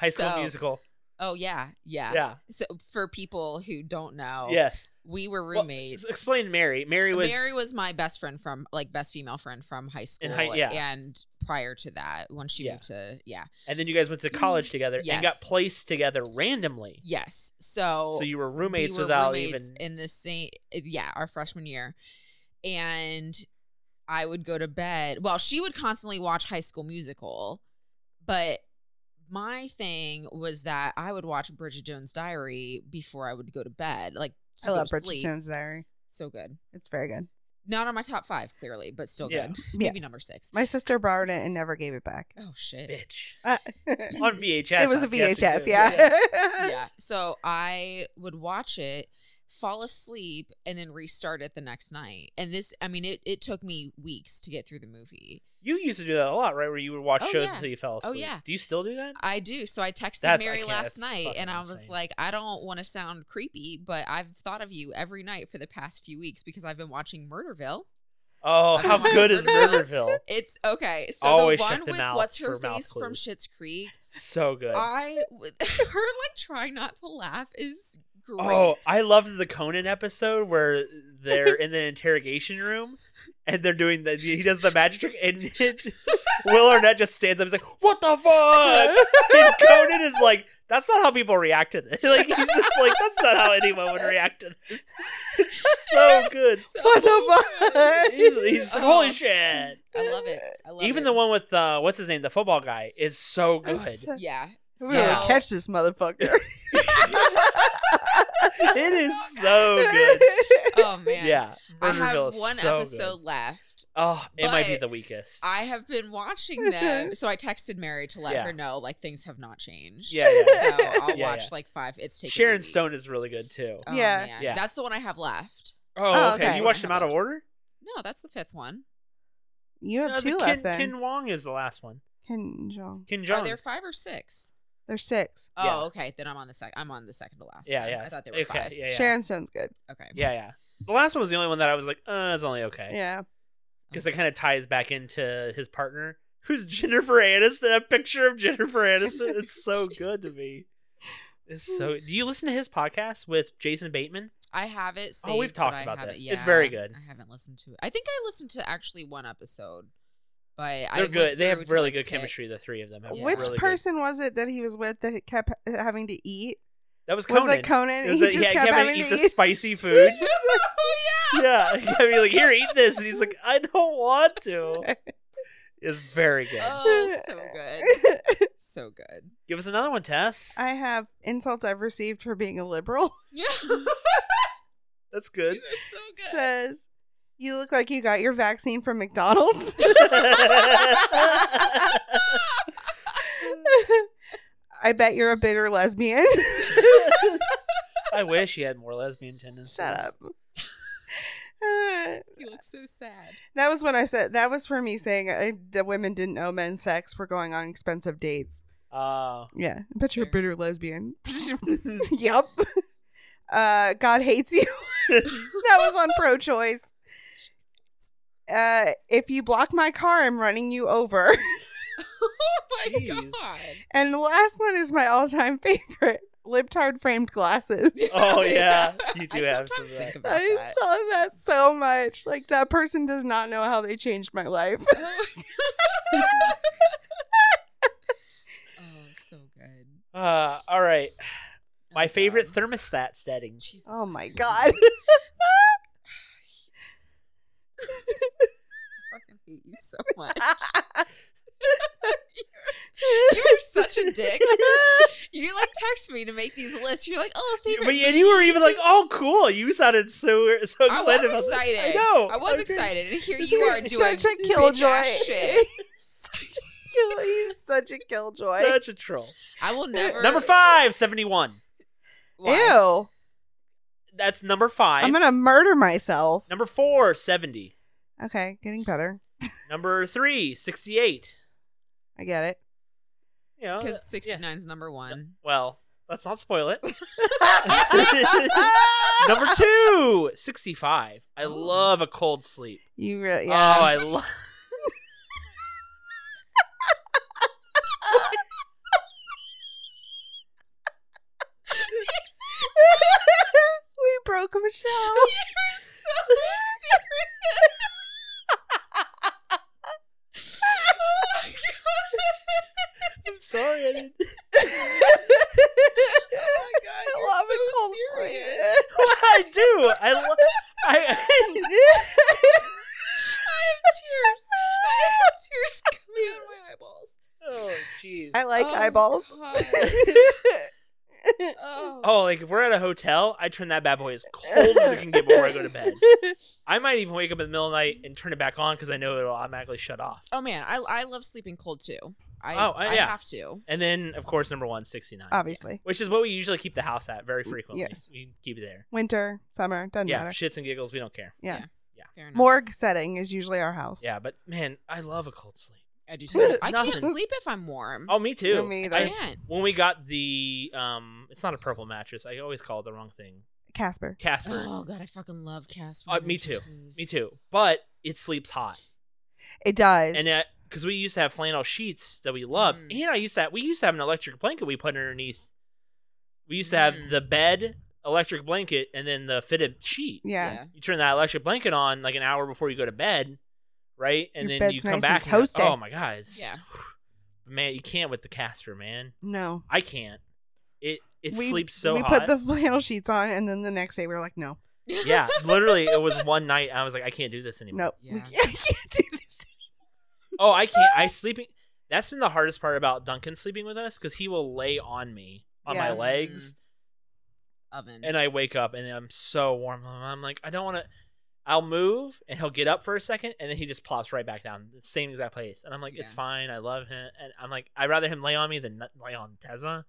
[SPEAKER 3] High School
[SPEAKER 2] So-
[SPEAKER 3] Musical.
[SPEAKER 2] oh yeah, yeah,
[SPEAKER 3] Yeah.
[SPEAKER 2] So for people who don't know,
[SPEAKER 3] Yes.
[SPEAKER 2] we were
[SPEAKER 3] Well,
[SPEAKER 2] roommates.
[SPEAKER 3] s- explain Mary. Mary was
[SPEAKER 2] Mary was my best friend from like best female friend from high school
[SPEAKER 3] high- yeah.
[SPEAKER 2] and prior to that when she
[SPEAKER 3] Yeah.
[SPEAKER 2] moved to yeah
[SPEAKER 3] and then you guys went to college together and got
[SPEAKER 2] Yes.
[SPEAKER 3] placed together randomly.
[SPEAKER 2] yes so,
[SPEAKER 3] So you were
[SPEAKER 2] we
[SPEAKER 3] roommates
[SPEAKER 2] were
[SPEAKER 3] without
[SPEAKER 2] roommates
[SPEAKER 3] even.
[SPEAKER 2] in the same eh, yeah our freshman year and I would go to bed well she would constantly watch High School Musical but my thing was that I would watch Bridget Jones' Diary before I would go to bed like to
[SPEAKER 1] I
[SPEAKER 2] go
[SPEAKER 1] love
[SPEAKER 2] to
[SPEAKER 1] Bridget
[SPEAKER 2] sleep.
[SPEAKER 1] Jones' Diary.
[SPEAKER 2] so good
[SPEAKER 1] It's very good.
[SPEAKER 2] not on my top five clearly but still
[SPEAKER 3] Yeah.
[SPEAKER 2] good [laughs]
[SPEAKER 1] Yeah.
[SPEAKER 2] maybe number six.
[SPEAKER 1] My sister borrowed it and never gave it back.
[SPEAKER 2] Oh shit.
[SPEAKER 3] Bitch.
[SPEAKER 1] Uh,
[SPEAKER 3] [laughs] On
[SPEAKER 1] [laughs]
[SPEAKER 3] VHS.
[SPEAKER 1] it was a
[SPEAKER 3] I'm guessing,
[SPEAKER 1] VHS,
[SPEAKER 3] too.
[SPEAKER 1] yeah. [laughs]
[SPEAKER 2] yeah. [laughs] So I would watch it, fall asleep, and then restart it the next night. And this, I mean, it, it took me weeks to get through the movie.
[SPEAKER 3] You used to do that a lot, right? Where you would watch
[SPEAKER 2] Oh,
[SPEAKER 3] shows
[SPEAKER 2] yeah.
[SPEAKER 3] until you fell
[SPEAKER 2] Oh,
[SPEAKER 3] asleep.
[SPEAKER 2] yeah.
[SPEAKER 3] Do you still do that?
[SPEAKER 2] I do. So I texted
[SPEAKER 3] That's- I
[SPEAKER 2] Mary
[SPEAKER 3] can't-
[SPEAKER 2] last
[SPEAKER 3] that's
[SPEAKER 2] night
[SPEAKER 3] fucking
[SPEAKER 2] and I was
[SPEAKER 3] insane.
[SPEAKER 2] like, I don't want to sound creepy, but I've thought of you every night for the past few weeks because I've been watching Murderville.
[SPEAKER 3] Oh,
[SPEAKER 2] I don't [laughs]
[SPEAKER 3] how
[SPEAKER 2] mind
[SPEAKER 3] good is
[SPEAKER 2] Murderville.
[SPEAKER 3] Murderville?
[SPEAKER 2] It's okay. So
[SPEAKER 3] Always
[SPEAKER 2] the
[SPEAKER 3] check
[SPEAKER 2] one
[SPEAKER 3] the
[SPEAKER 2] with
[SPEAKER 3] mouth
[SPEAKER 2] what's her
[SPEAKER 3] for mouth
[SPEAKER 2] face from
[SPEAKER 3] clues.
[SPEAKER 2] Shit's
[SPEAKER 3] [laughs]
[SPEAKER 2] Creek.
[SPEAKER 3] so good.
[SPEAKER 2] I w- [laughs] her like trying not to laugh is great.
[SPEAKER 3] Oh, I loved the Conan episode where they're in the interrogation room and they're doing the he does the magic trick and [laughs] it, Will Arnett just stands up. He's like, "What the
[SPEAKER 2] [laughs]
[SPEAKER 3] fuck?" And Conan is like, "That's not how people react to this." [laughs] Like he's just like, "That's not how anyone would react to this." [laughs] It's so
[SPEAKER 2] [laughs]
[SPEAKER 3] good.
[SPEAKER 2] So
[SPEAKER 1] What the
[SPEAKER 2] good.
[SPEAKER 1] fuck?
[SPEAKER 3] He's, he's like,
[SPEAKER 2] [laughs]
[SPEAKER 3] holy
[SPEAKER 2] Oh.
[SPEAKER 3] shit.
[SPEAKER 2] I love it. I love it.
[SPEAKER 3] Even the one with uh, what's his name, the football guy, is so good.
[SPEAKER 1] It's- we
[SPEAKER 2] [laughs] Yeah.
[SPEAKER 1] were gonna catch this motherfucker.
[SPEAKER 3] [laughs] It is so
[SPEAKER 1] [laughs]
[SPEAKER 3] good.
[SPEAKER 2] oh man.
[SPEAKER 3] Yeah,
[SPEAKER 2] I
[SPEAKER 3] Murderville
[SPEAKER 2] have
[SPEAKER 3] is
[SPEAKER 2] one
[SPEAKER 3] so good.
[SPEAKER 2] episode left.
[SPEAKER 3] Oh, it might be
[SPEAKER 2] But
[SPEAKER 3] the weakest.
[SPEAKER 2] I have been [laughs] watching them. so I texted Mary to let
[SPEAKER 3] Yeah.
[SPEAKER 2] her know like things have not changed.
[SPEAKER 3] yeah,
[SPEAKER 2] [laughs]
[SPEAKER 3] yeah.
[SPEAKER 2] So I'll
[SPEAKER 3] Yeah,
[SPEAKER 2] watch
[SPEAKER 3] yeah.
[SPEAKER 2] like five. It's taking
[SPEAKER 3] Sharon Stone is really good too.
[SPEAKER 2] Oh,
[SPEAKER 1] Yeah.
[SPEAKER 2] man.
[SPEAKER 3] Yeah.
[SPEAKER 2] That's the one I have left.
[SPEAKER 1] Oh,
[SPEAKER 3] Oh, okay.
[SPEAKER 1] okay.
[SPEAKER 3] You watched them out of order.
[SPEAKER 2] No, that's the fifth one.
[SPEAKER 1] you have
[SPEAKER 3] No, the
[SPEAKER 1] two
[SPEAKER 3] Kin,
[SPEAKER 1] left then.
[SPEAKER 3] Kin Wong is the last one.
[SPEAKER 1] Kin Jong.
[SPEAKER 3] Kin
[SPEAKER 2] Are
[SPEAKER 3] Jong.
[SPEAKER 2] there five or six?
[SPEAKER 1] There's six.
[SPEAKER 2] Oh,
[SPEAKER 3] Yeah.
[SPEAKER 2] okay. Then I'm on the second. I'm on the second to last.
[SPEAKER 3] yeah,
[SPEAKER 2] then.
[SPEAKER 3] yeah.
[SPEAKER 2] I thought there were
[SPEAKER 3] okay,
[SPEAKER 2] five.
[SPEAKER 3] Yeah, yeah.
[SPEAKER 1] Sharon Stone's good.
[SPEAKER 2] Okay.
[SPEAKER 3] yeah, yeah. The last one was the only one that I was like, uh, it's only okay,
[SPEAKER 1] Yeah.
[SPEAKER 3] because it kind of ties back into his partner, who's Jennifer Aniston. A picture of Jennifer
[SPEAKER 1] [laughs]
[SPEAKER 3] Aniston. It's so good to me. It's so. Do you listen to his podcast with Jason Bateman?
[SPEAKER 2] I have it. Saved,
[SPEAKER 3] Oh, we've
[SPEAKER 2] but
[SPEAKER 3] talked
[SPEAKER 2] I
[SPEAKER 3] about
[SPEAKER 2] haven't-
[SPEAKER 3] this. It's very good.
[SPEAKER 2] I haven't listened to it. I think I listened to actually one episode, but I
[SPEAKER 3] They're
[SPEAKER 2] went
[SPEAKER 3] good. They
[SPEAKER 2] through
[SPEAKER 3] have
[SPEAKER 2] to,
[SPEAKER 3] really
[SPEAKER 2] like,
[SPEAKER 3] good
[SPEAKER 2] pick-
[SPEAKER 3] chemistry. The three of them have
[SPEAKER 2] Yeah.
[SPEAKER 1] Which
[SPEAKER 3] really good-
[SPEAKER 1] person was it that he was with that kept having to eat?
[SPEAKER 3] That was
[SPEAKER 1] Was
[SPEAKER 3] Conan.
[SPEAKER 1] it Conan?
[SPEAKER 3] It was
[SPEAKER 1] he
[SPEAKER 3] the-
[SPEAKER 1] just
[SPEAKER 3] yeah, he
[SPEAKER 1] kept
[SPEAKER 3] kept
[SPEAKER 1] having
[SPEAKER 3] eat
[SPEAKER 1] to
[SPEAKER 3] the
[SPEAKER 1] eat.
[SPEAKER 3] spicy food.
[SPEAKER 2] oh yeah.
[SPEAKER 3] yeah, [laughs] I mean, like here, eat this, and he's like, I don't want to.
[SPEAKER 1] [laughs]
[SPEAKER 3] It's very good.
[SPEAKER 1] Uh,
[SPEAKER 2] Oh, so good, so good.
[SPEAKER 3] Give us another one, Tess.
[SPEAKER 1] [laughs] I have insults I've received for being a liberal.
[SPEAKER 2] [laughs] Yeah, these
[SPEAKER 3] That's
[SPEAKER 1] [laughs]
[SPEAKER 3] good.
[SPEAKER 2] are so good.
[SPEAKER 1] Says, you look like you got your vaccine from McDonald's.
[SPEAKER 3] Mm.
[SPEAKER 1] I bet you're a bitter lesbian.
[SPEAKER 3] I wish he had more lesbian tendencies.
[SPEAKER 1] [laughs] Shut up. [laughs] Uh,
[SPEAKER 2] you look so
[SPEAKER 1] [laughs]
[SPEAKER 2] sad.
[SPEAKER 1] that was when I said that was for me saying uh, that women didn't know men's sex were going on expensive dates.
[SPEAKER 3] Uh,
[SPEAKER 1] Yeah, I bet you're a
[SPEAKER 2] Fair.
[SPEAKER 1] bitter lesbian. [laughs] yep. [laughs] Uh, God hates you. [laughs] that was on pro-choice. Uh, if you block my car, I'm running you over. [laughs]
[SPEAKER 2] oh [laughs] my
[SPEAKER 3] Jeez.
[SPEAKER 2] god.
[SPEAKER 1] And the last one is my all-time [laughs] favorite: libtard framed
[SPEAKER 2] [laughs]
[SPEAKER 1] glasses.
[SPEAKER 3] oh yeah, you
[SPEAKER 2] I
[SPEAKER 3] do have some.
[SPEAKER 2] sometimes
[SPEAKER 3] of that.
[SPEAKER 2] think about
[SPEAKER 1] I
[SPEAKER 2] that.
[SPEAKER 1] love that so much. Like that person does not know how they changed my
[SPEAKER 2] [laughs]
[SPEAKER 1] life.
[SPEAKER 2] oh, [laughs] Oh, so good.
[SPEAKER 3] Uh, all right, my
[SPEAKER 2] Oh,
[SPEAKER 3] favorite
[SPEAKER 2] God.
[SPEAKER 3] thermostat setting.
[SPEAKER 2] Jesus
[SPEAKER 1] Oh my
[SPEAKER 2] Christ.
[SPEAKER 1] god.
[SPEAKER 2] I fucking hate you
[SPEAKER 1] [laughs]
[SPEAKER 2] so much. [laughs] You're- You're such
[SPEAKER 1] [laughs]
[SPEAKER 2] a dick. You like text me to make these lists. You're like, oh, favorite.
[SPEAKER 3] But and you were
[SPEAKER 2] movies,
[SPEAKER 3] even like,
[SPEAKER 2] favorite-
[SPEAKER 3] "Oh, cool!" You sounded so so
[SPEAKER 2] I was
[SPEAKER 3] excited. about this.
[SPEAKER 2] excited.
[SPEAKER 3] I know.
[SPEAKER 2] I was
[SPEAKER 3] Okay.
[SPEAKER 2] excited, and here
[SPEAKER 1] This
[SPEAKER 2] you
[SPEAKER 1] is
[SPEAKER 2] are doing
[SPEAKER 1] such a
[SPEAKER 2] bitch-ass
[SPEAKER 1] killjoy. [laughs]
[SPEAKER 2] shit.
[SPEAKER 1] Kill- He's such a killjoy.
[SPEAKER 3] Such a troll.
[SPEAKER 2] I will never.
[SPEAKER 3] Number five, 71.
[SPEAKER 2] Why?
[SPEAKER 1] Ew.
[SPEAKER 3] That's number 5
[SPEAKER 1] I'm gonna murder myself.
[SPEAKER 3] Number four, 70.
[SPEAKER 1] Okay, getting better.
[SPEAKER 3] Number three, 68.
[SPEAKER 1] I get
[SPEAKER 2] [laughs]
[SPEAKER 1] it.
[SPEAKER 3] You know,
[SPEAKER 2] Because
[SPEAKER 3] yeah.
[SPEAKER 2] 69's number one.
[SPEAKER 3] Well, let's not spoil it. [laughs] Number two, 65. I
[SPEAKER 2] Oh.
[SPEAKER 3] love a cold sleep.
[SPEAKER 1] you really
[SPEAKER 3] Oh,
[SPEAKER 1] yeah.
[SPEAKER 3] I love.
[SPEAKER 1] [laughs] we broke
[SPEAKER 2] [laughs]
[SPEAKER 1] Michelle.
[SPEAKER 2] You're so serious. oh [laughs] my god.
[SPEAKER 3] I'm [laughs] sorry. I didn't.
[SPEAKER 2] Oh my god. You're
[SPEAKER 1] Love
[SPEAKER 2] so
[SPEAKER 1] a cold
[SPEAKER 2] serious.
[SPEAKER 1] sleep.
[SPEAKER 3] I do. I love. I,
[SPEAKER 2] [laughs] I have tears. I have [laughs] tears coming out of my eyeballs.
[SPEAKER 3] [laughs] oh, jeez.
[SPEAKER 1] [laughs] I like
[SPEAKER 2] Oh,
[SPEAKER 1] eyeballs.
[SPEAKER 2] [laughs] God. Oh.
[SPEAKER 3] Oh, like if we're at a hotel, I turn that bad boy as cold as it can get before I go to
[SPEAKER 1] [laughs]
[SPEAKER 3] bed. I might even wake up in the middle of the night and turn it back on because I know it'll automatically shut off.
[SPEAKER 2] Oh, man, I I love sleeping cold too. I
[SPEAKER 3] Oh, I-
[SPEAKER 2] I,
[SPEAKER 3] yeah.
[SPEAKER 2] have to.
[SPEAKER 3] And then, of course, number one, 69.
[SPEAKER 1] Obviously.
[SPEAKER 3] which is what we usually keep the house at very frequently.
[SPEAKER 1] Mm, yes.
[SPEAKER 3] We keep it there.
[SPEAKER 1] Winter, summer, doesn't
[SPEAKER 3] yeah,
[SPEAKER 1] matter.
[SPEAKER 3] shits and giggles, we don't care.
[SPEAKER 2] Fair enough.
[SPEAKER 1] Morgue setting is usually our house.
[SPEAKER 3] Yeah, but man, I love a cold sleep.
[SPEAKER 2] I do too. [laughs] I
[SPEAKER 3] Nothing.
[SPEAKER 2] can't sleep if I'm warm.
[SPEAKER 3] Oh, me too.
[SPEAKER 1] Mm, No, me either.
[SPEAKER 2] I
[SPEAKER 3] I-
[SPEAKER 2] can't.
[SPEAKER 3] when we got the um, it's not a purple mattress. I always call it the wrong thing.
[SPEAKER 1] Casper.
[SPEAKER 3] Casper.
[SPEAKER 2] Oh god, I fucking love Casper.
[SPEAKER 3] Uh, me too.
[SPEAKER 2] mattresses.
[SPEAKER 3] Me too. But it sleeps hot,
[SPEAKER 1] It does.
[SPEAKER 3] and uh, that because we used to have flannel sheets that we loved,
[SPEAKER 2] Mm.
[SPEAKER 3] and I used to have, we used to have an electric blanket we put underneath. We used to have
[SPEAKER 2] Mm.
[SPEAKER 3] the bed, electric blanket, and then the fitted sheet.
[SPEAKER 1] yeah.
[SPEAKER 3] you turn that electric blanket on like an hour before you go to bed, right? And
[SPEAKER 1] Your
[SPEAKER 3] then
[SPEAKER 1] bed's
[SPEAKER 3] you come
[SPEAKER 1] nice
[SPEAKER 3] back
[SPEAKER 1] and
[SPEAKER 3] you're like,
[SPEAKER 1] toasted.
[SPEAKER 3] oh my god, it's-
[SPEAKER 2] Yeah.
[SPEAKER 3] [sighs] man, you can't with the caster, man.
[SPEAKER 1] No.
[SPEAKER 3] I can't. It it
[SPEAKER 1] we,
[SPEAKER 3] sleeps so
[SPEAKER 1] We
[SPEAKER 3] hot.
[SPEAKER 1] put the [laughs] flannel sheets on, and then the next day we were like, no,
[SPEAKER 2] Yeah.
[SPEAKER 3] yeah, literally, it was one night I was like, I can't do this anymore.
[SPEAKER 1] [laughs] no, we
[SPEAKER 2] Yeah.
[SPEAKER 1] can't, I can't do this.
[SPEAKER 3] Oh, I can't. I sleeping. That's been the hardest part about Duncan sleeping with us because he will lay on me on my
[SPEAKER 1] Yeah.
[SPEAKER 3] legs,
[SPEAKER 2] [laughs] Oven.
[SPEAKER 3] and I wake up and I'm so warm. I'm like, I don't want to. I'll move and he'll get up for a second and then he just plops right back down, the same exact place. And I'm like, it's
[SPEAKER 2] Yeah.
[SPEAKER 3] fine. I love him. And I'm like, I'd rather him lay on me than not lay on Tessa.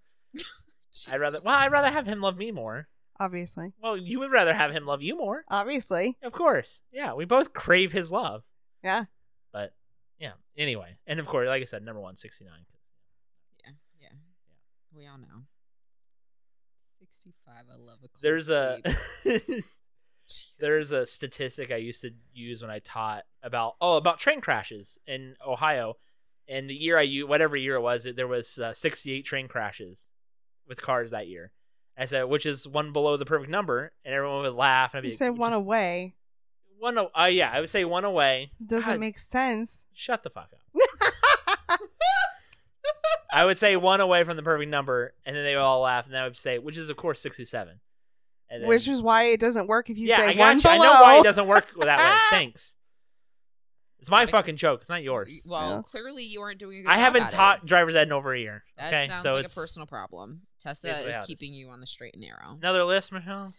[SPEAKER 3] I'd rather,
[SPEAKER 2] Jesus.
[SPEAKER 3] well, I'd rather have him love me more.
[SPEAKER 1] Obviously.
[SPEAKER 3] Well, you would rather have him love you more.
[SPEAKER 1] Obviously.
[SPEAKER 3] Of course. Yeah. We both crave his love.
[SPEAKER 1] Yeah.
[SPEAKER 3] But yeah. Anyway. And of course, like I said, number 169.
[SPEAKER 2] Yeah, yeah, We all know. Sixty-five. I love a cold
[SPEAKER 3] There's a. [laughs]
[SPEAKER 2] sleep.
[SPEAKER 3] there's a
[SPEAKER 2] Jesus.
[SPEAKER 3] statistic I used to use when I taught about oh about train crashes in Ohio, and the year I u- whatever year it was, it, there was uh, 68 train crashes with cars that year, I said, which is one below the perfect number, and everyone would laugh. And I'd be
[SPEAKER 1] You
[SPEAKER 3] like,
[SPEAKER 1] said
[SPEAKER 3] "Which
[SPEAKER 1] one
[SPEAKER 3] is
[SPEAKER 1] away.
[SPEAKER 3] one. aw- Uh, yeah, I would say one away.
[SPEAKER 1] Doesn't
[SPEAKER 3] God.
[SPEAKER 1] make sense.
[SPEAKER 3] Shut the
[SPEAKER 1] [laughs]
[SPEAKER 3] fuck up. I would say one away from the perfect number, and then they would all laugh, and then I would say, which is of course sixty-seven. [laughs] And then,
[SPEAKER 1] Which is why it doesn't work if you
[SPEAKER 3] yeah,
[SPEAKER 1] say
[SPEAKER 3] I got
[SPEAKER 1] one
[SPEAKER 3] you.
[SPEAKER 1] below.
[SPEAKER 3] I know why it doesn't
[SPEAKER 2] [laughs]
[SPEAKER 3] work that way. Thanks. It's my fucking joke. It's not yours.
[SPEAKER 2] Well,
[SPEAKER 1] Yeah.
[SPEAKER 2] clearly you aren't doing a good
[SPEAKER 3] I
[SPEAKER 2] job
[SPEAKER 3] haven't
[SPEAKER 2] at it.
[SPEAKER 3] taught driver's ed in over a year.
[SPEAKER 2] That
[SPEAKER 3] okay,
[SPEAKER 2] sounds
[SPEAKER 3] so
[SPEAKER 2] like a
[SPEAKER 3] it's
[SPEAKER 2] personal problem. Tessa
[SPEAKER 3] basically
[SPEAKER 2] is
[SPEAKER 3] how it is.
[SPEAKER 2] keeping you on the straight and narrow.
[SPEAKER 3] another list, Michelle.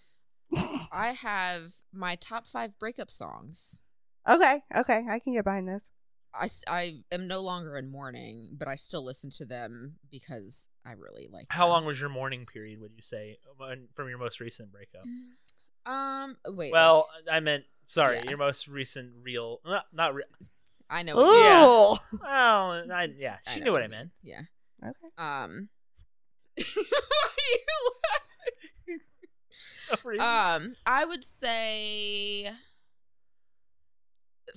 [SPEAKER 2] I have my top five breakup songs.
[SPEAKER 1] [laughs] okay, okay, I can get behind this.
[SPEAKER 2] I, s- I am no longer in mourning, but I still listen to them because I really like.
[SPEAKER 3] How
[SPEAKER 2] them.
[SPEAKER 3] long was your mourning period? Would you say when- from your most recent breakup?
[SPEAKER 2] [clears throat] Um. Wait.
[SPEAKER 3] Well, I meant sorry,
[SPEAKER 2] Yeah.
[SPEAKER 3] your most recent real, not,
[SPEAKER 2] [laughs]
[SPEAKER 3] not real.
[SPEAKER 2] I know.
[SPEAKER 3] Ooh.
[SPEAKER 2] What you
[SPEAKER 3] Yeah. Well, I, yeah,
[SPEAKER 2] I
[SPEAKER 3] she
[SPEAKER 2] know
[SPEAKER 3] knew what I meant.
[SPEAKER 2] Yeah.
[SPEAKER 1] Okay.
[SPEAKER 2] Um. [laughs] Why are you
[SPEAKER 3] [laughs]
[SPEAKER 2] laughing? um. I would say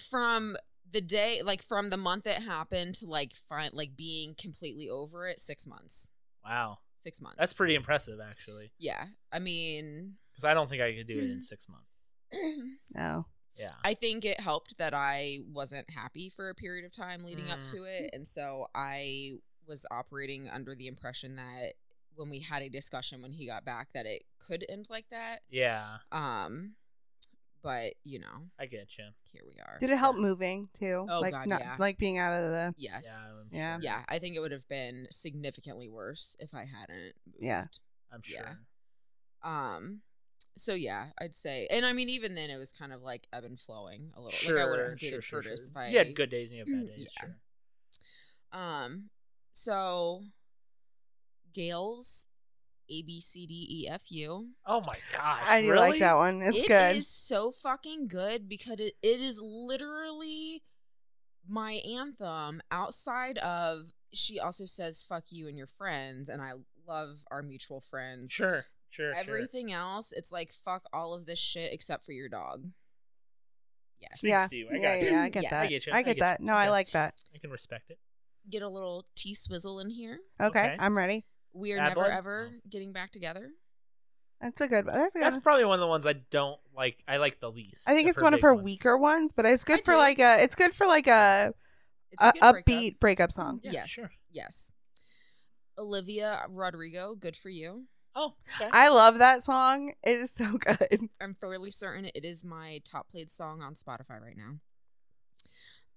[SPEAKER 2] from the day, like from the month it happened to like find like being completely over it, six months.
[SPEAKER 3] wow,
[SPEAKER 2] Six months.
[SPEAKER 3] that's pretty impressive actually,
[SPEAKER 2] yeah. I mean, [clears throat]
[SPEAKER 3] because I don't think I could do
[SPEAKER 2] [laughs]
[SPEAKER 3] it in six months.
[SPEAKER 1] No.
[SPEAKER 3] Yeah,
[SPEAKER 2] I think it helped that I wasn't happy for a period of time leading up
[SPEAKER 3] Mm.
[SPEAKER 2] to it. And so I was operating under the impression that when we had a discussion when he got back that it could end like that.
[SPEAKER 3] yeah,
[SPEAKER 2] Um but, you know,
[SPEAKER 3] I get you.
[SPEAKER 2] here we are.
[SPEAKER 1] Did it help
[SPEAKER 2] Yeah.
[SPEAKER 1] moving too?
[SPEAKER 2] Oh,
[SPEAKER 1] like
[SPEAKER 2] God,
[SPEAKER 1] not
[SPEAKER 2] yeah.
[SPEAKER 1] like being out of the
[SPEAKER 2] Yes.
[SPEAKER 3] Yeah, I'm
[SPEAKER 1] Yeah.
[SPEAKER 3] sure.
[SPEAKER 2] Yeah. I think it would have been significantly worse if I hadn't moved.
[SPEAKER 1] Yeah.
[SPEAKER 3] I'm sure.
[SPEAKER 2] Yeah. Um so yeah, I'd say and I mean even then it was kind of like ebb and flowing a little.
[SPEAKER 3] Sure,
[SPEAKER 2] like I wouldn't have
[SPEAKER 3] sure,
[SPEAKER 2] dated
[SPEAKER 3] sure, sure.
[SPEAKER 2] Curtis if I Mm,
[SPEAKER 3] You had good days and you had bad
[SPEAKER 2] Yeah.
[SPEAKER 3] days. Sure.
[SPEAKER 2] Um, so Gail's A B C D E F U.
[SPEAKER 3] Oh my gosh,
[SPEAKER 1] I do
[SPEAKER 3] really?
[SPEAKER 1] like that one. It's good.
[SPEAKER 2] It is so fucking good because it, it is literally my anthem outside of she also says fuck you and your friends and I love our mutual friends.
[SPEAKER 3] Sure, sure, sure.
[SPEAKER 2] Everything else, it's like fuck all of this shit except for your dog. Yes.
[SPEAKER 3] Speaks
[SPEAKER 1] Yeah.
[SPEAKER 3] to you. I
[SPEAKER 1] yeah,
[SPEAKER 3] got
[SPEAKER 1] yeah,
[SPEAKER 2] you.
[SPEAKER 1] I get
[SPEAKER 2] Yes.
[SPEAKER 1] that.
[SPEAKER 2] I
[SPEAKER 3] get you.
[SPEAKER 1] I
[SPEAKER 3] I
[SPEAKER 1] get
[SPEAKER 3] get
[SPEAKER 1] that.
[SPEAKER 3] you.
[SPEAKER 1] No, I
[SPEAKER 3] Okay.
[SPEAKER 1] like that.
[SPEAKER 3] I can respect it.
[SPEAKER 2] Get a little tea swizzle in here.
[SPEAKER 1] Okay,
[SPEAKER 3] Okay.
[SPEAKER 1] I'm ready.
[SPEAKER 2] We are
[SPEAKER 3] Bad
[SPEAKER 2] never
[SPEAKER 3] blood?
[SPEAKER 2] ever
[SPEAKER 3] No.
[SPEAKER 2] getting back together.
[SPEAKER 1] That's a good. That's a good.
[SPEAKER 3] That's probably one of the ones I don't like. I like the least.
[SPEAKER 1] I think
[SPEAKER 3] of
[SPEAKER 1] it's one of
[SPEAKER 3] big
[SPEAKER 1] her
[SPEAKER 3] ones.
[SPEAKER 1] weaker ones, but it's good
[SPEAKER 2] I
[SPEAKER 1] for
[SPEAKER 2] do.
[SPEAKER 1] like a. It's good for like a,
[SPEAKER 2] It's
[SPEAKER 1] a,
[SPEAKER 2] good
[SPEAKER 1] upbeat Oh,
[SPEAKER 2] breakup.
[SPEAKER 1] breakup. song.
[SPEAKER 3] Yeah,
[SPEAKER 2] yes.
[SPEAKER 3] sure.
[SPEAKER 2] Yes. Olivia Rodrigo, good for you.
[SPEAKER 3] Oh, okay.
[SPEAKER 1] I love that song. It is so [laughs] good.
[SPEAKER 2] I'm fairly certain it is my top played song on Spotify right now.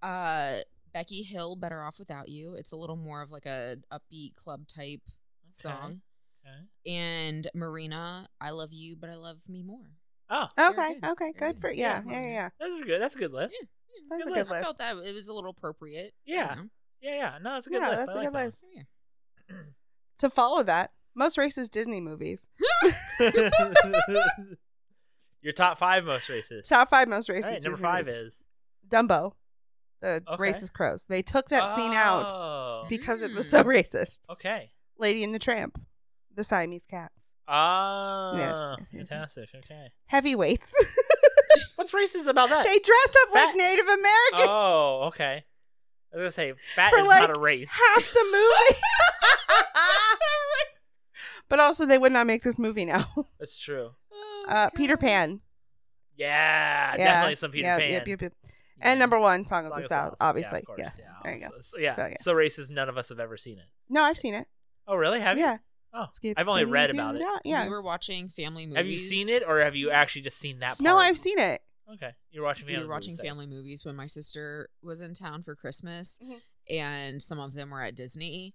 [SPEAKER 2] Uh Becky Hill, Better Off Without You. It's a little more of like a upbeat club type
[SPEAKER 3] Okay,
[SPEAKER 2] song.
[SPEAKER 3] okay.
[SPEAKER 2] And Marina, I love you, but I love me more.
[SPEAKER 3] Oh,
[SPEAKER 2] Very
[SPEAKER 1] Okay,
[SPEAKER 2] good.
[SPEAKER 1] okay,
[SPEAKER 2] Very
[SPEAKER 1] good for
[SPEAKER 2] good.
[SPEAKER 1] yeah,
[SPEAKER 2] Yeah.
[SPEAKER 1] yeah, yeah. yeah.
[SPEAKER 3] that's a good. That's a good list.
[SPEAKER 1] That's
[SPEAKER 3] good
[SPEAKER 1] a good
[SPEAKER 2] I
[SPEAKER 1] list.
[SPEAKER 2] felt that it was a little appropriate. you
[SPEAKER 3] Yeah.
[SPEAKER 2] know.
[SPEAKER 3] Yeah, yeah. No, that's a good
[SPEAKER 1] Yeah,
[SPEAKER 3] list.
[SPEAKER 1] that's
[SPEAKER 3] I
[SPEAKER 1] a
[SPEAKER 3] like
[SPEAKER 1] good list.
[SPEAKER 2] So, yeah.
[SPEAKER 1] To follow that, most racist Disney movies.
[SPEAKER 3] that
[SPEAKER 1] [laughs]
[SPEAKER 3] one. [laughs] Your top five most racist.
[SPEAKER 1] Top five most racist.
[SPEAKER 3] All right, number
[SPEAKER 1] Disney
[SPEAKER 3] five
[SPEAKER 1] movies.
[SPEAKER 3] is
[SPEAKER 1] Dumbo, the
[SPEAKER 3] Okay.
[SPEAKER 1] racist crows. They took that scene out
[SPEAKER 3] Oh,
[SPEAKER 1] because it was
[SPEAKER 2] Mm.
[SPEAKER 1] so racist.
[SPEAKER 3] okay.
[SPEAKER 1] Lady and the Tramp, the Siamese cats,
[SPEAKER 3] Ah,
[SPEAKER 1] yes, yes.
[SPEAKER 3] fantastic. Okay.
[SPEAKER 1] heavyweights. [laughs]
[SPEAKER 3] What's racist about that?
[SPEAKER 1] they dress up like
[SPEAKER 3] Fat-
[SPEAKER 1] Native Americans.
[SPEAKER 3] oh, okay. I was gonna say fat
[SPEAKER 1] For
[SPEAKER 3] is
[SPEAKER 1] like
[SPEAKER 3] not a race.
[SPEAKER 1] Half the
[SPEAKER 3] [laughs]
[SPEAKER 1] movie. [laughs] but also, they would not make this movie now.
[SPEAKER 3] That's true.
[SPEAKER 2] Oh,
[SPEAKER 1] Uh, Peter
[SPEAKER 2] God.
[SPEAKER 1] Pan.
[SPEAKER 3] Yeah,
[SPEAKER 1] Yeah,
[SPEAKER 3] definitely some Peter
[SPEAKER 1] yeah,
[SPEAKER 3] Pan.
[SPEAKER 1] yep, yep, yep.
[SPEAKER 2] Yeah.
[SPEAKER 1] And number one, Song of
[SPEAKER 3] Song
[SPEAKER 1] the South, obviously.
[SPEAKER 3] Yeah, of course,
[SPEAKER 1] yes.
[SPEAKER 3] yeah,
[SPEAKER 1] there you go.
[SPEAKER 3] So, so- yeah.
[SPEAKER 1] So,
[SPEAKER 3] So,
[SPEAKER 1] yes.
[SPEAKER 3] racist. None of us have ever seen it.
[SPEAKER 1] No, I've seen it.
[SPEAKER 3] Oh, really? Have
[SPEAKER 1] yeah.
[SPEAKER 3] you? Oh,
[SPEAKER 1] Skip
[SPEAKER 3] I've only
[SPEAKER 1] it,
[SPEAKER 3] read
[SPEAKER 1] do
[SPEAKER 3] about it.
[SPEAKER 1] not- Yeah.
[SPEAKER 2] We were watching family movies.
[SPEAKER 3] Have you seen it, or have you actually just seen that? Part?
[SPEAKER 1] no, I've seen it.
[SPEAKER 3] Okay, you're watching
[SPEAKER 2] we
[SPEAKER 3] family.
[SPEAKER 2] were watching
[SPEAKER 3] movies, then.
[SPEAKER 2] family movies when my sister was in town for Christmas,
[SPEAKER 1] Mhm.
[SPEAKER 2] and some of them were at Disney.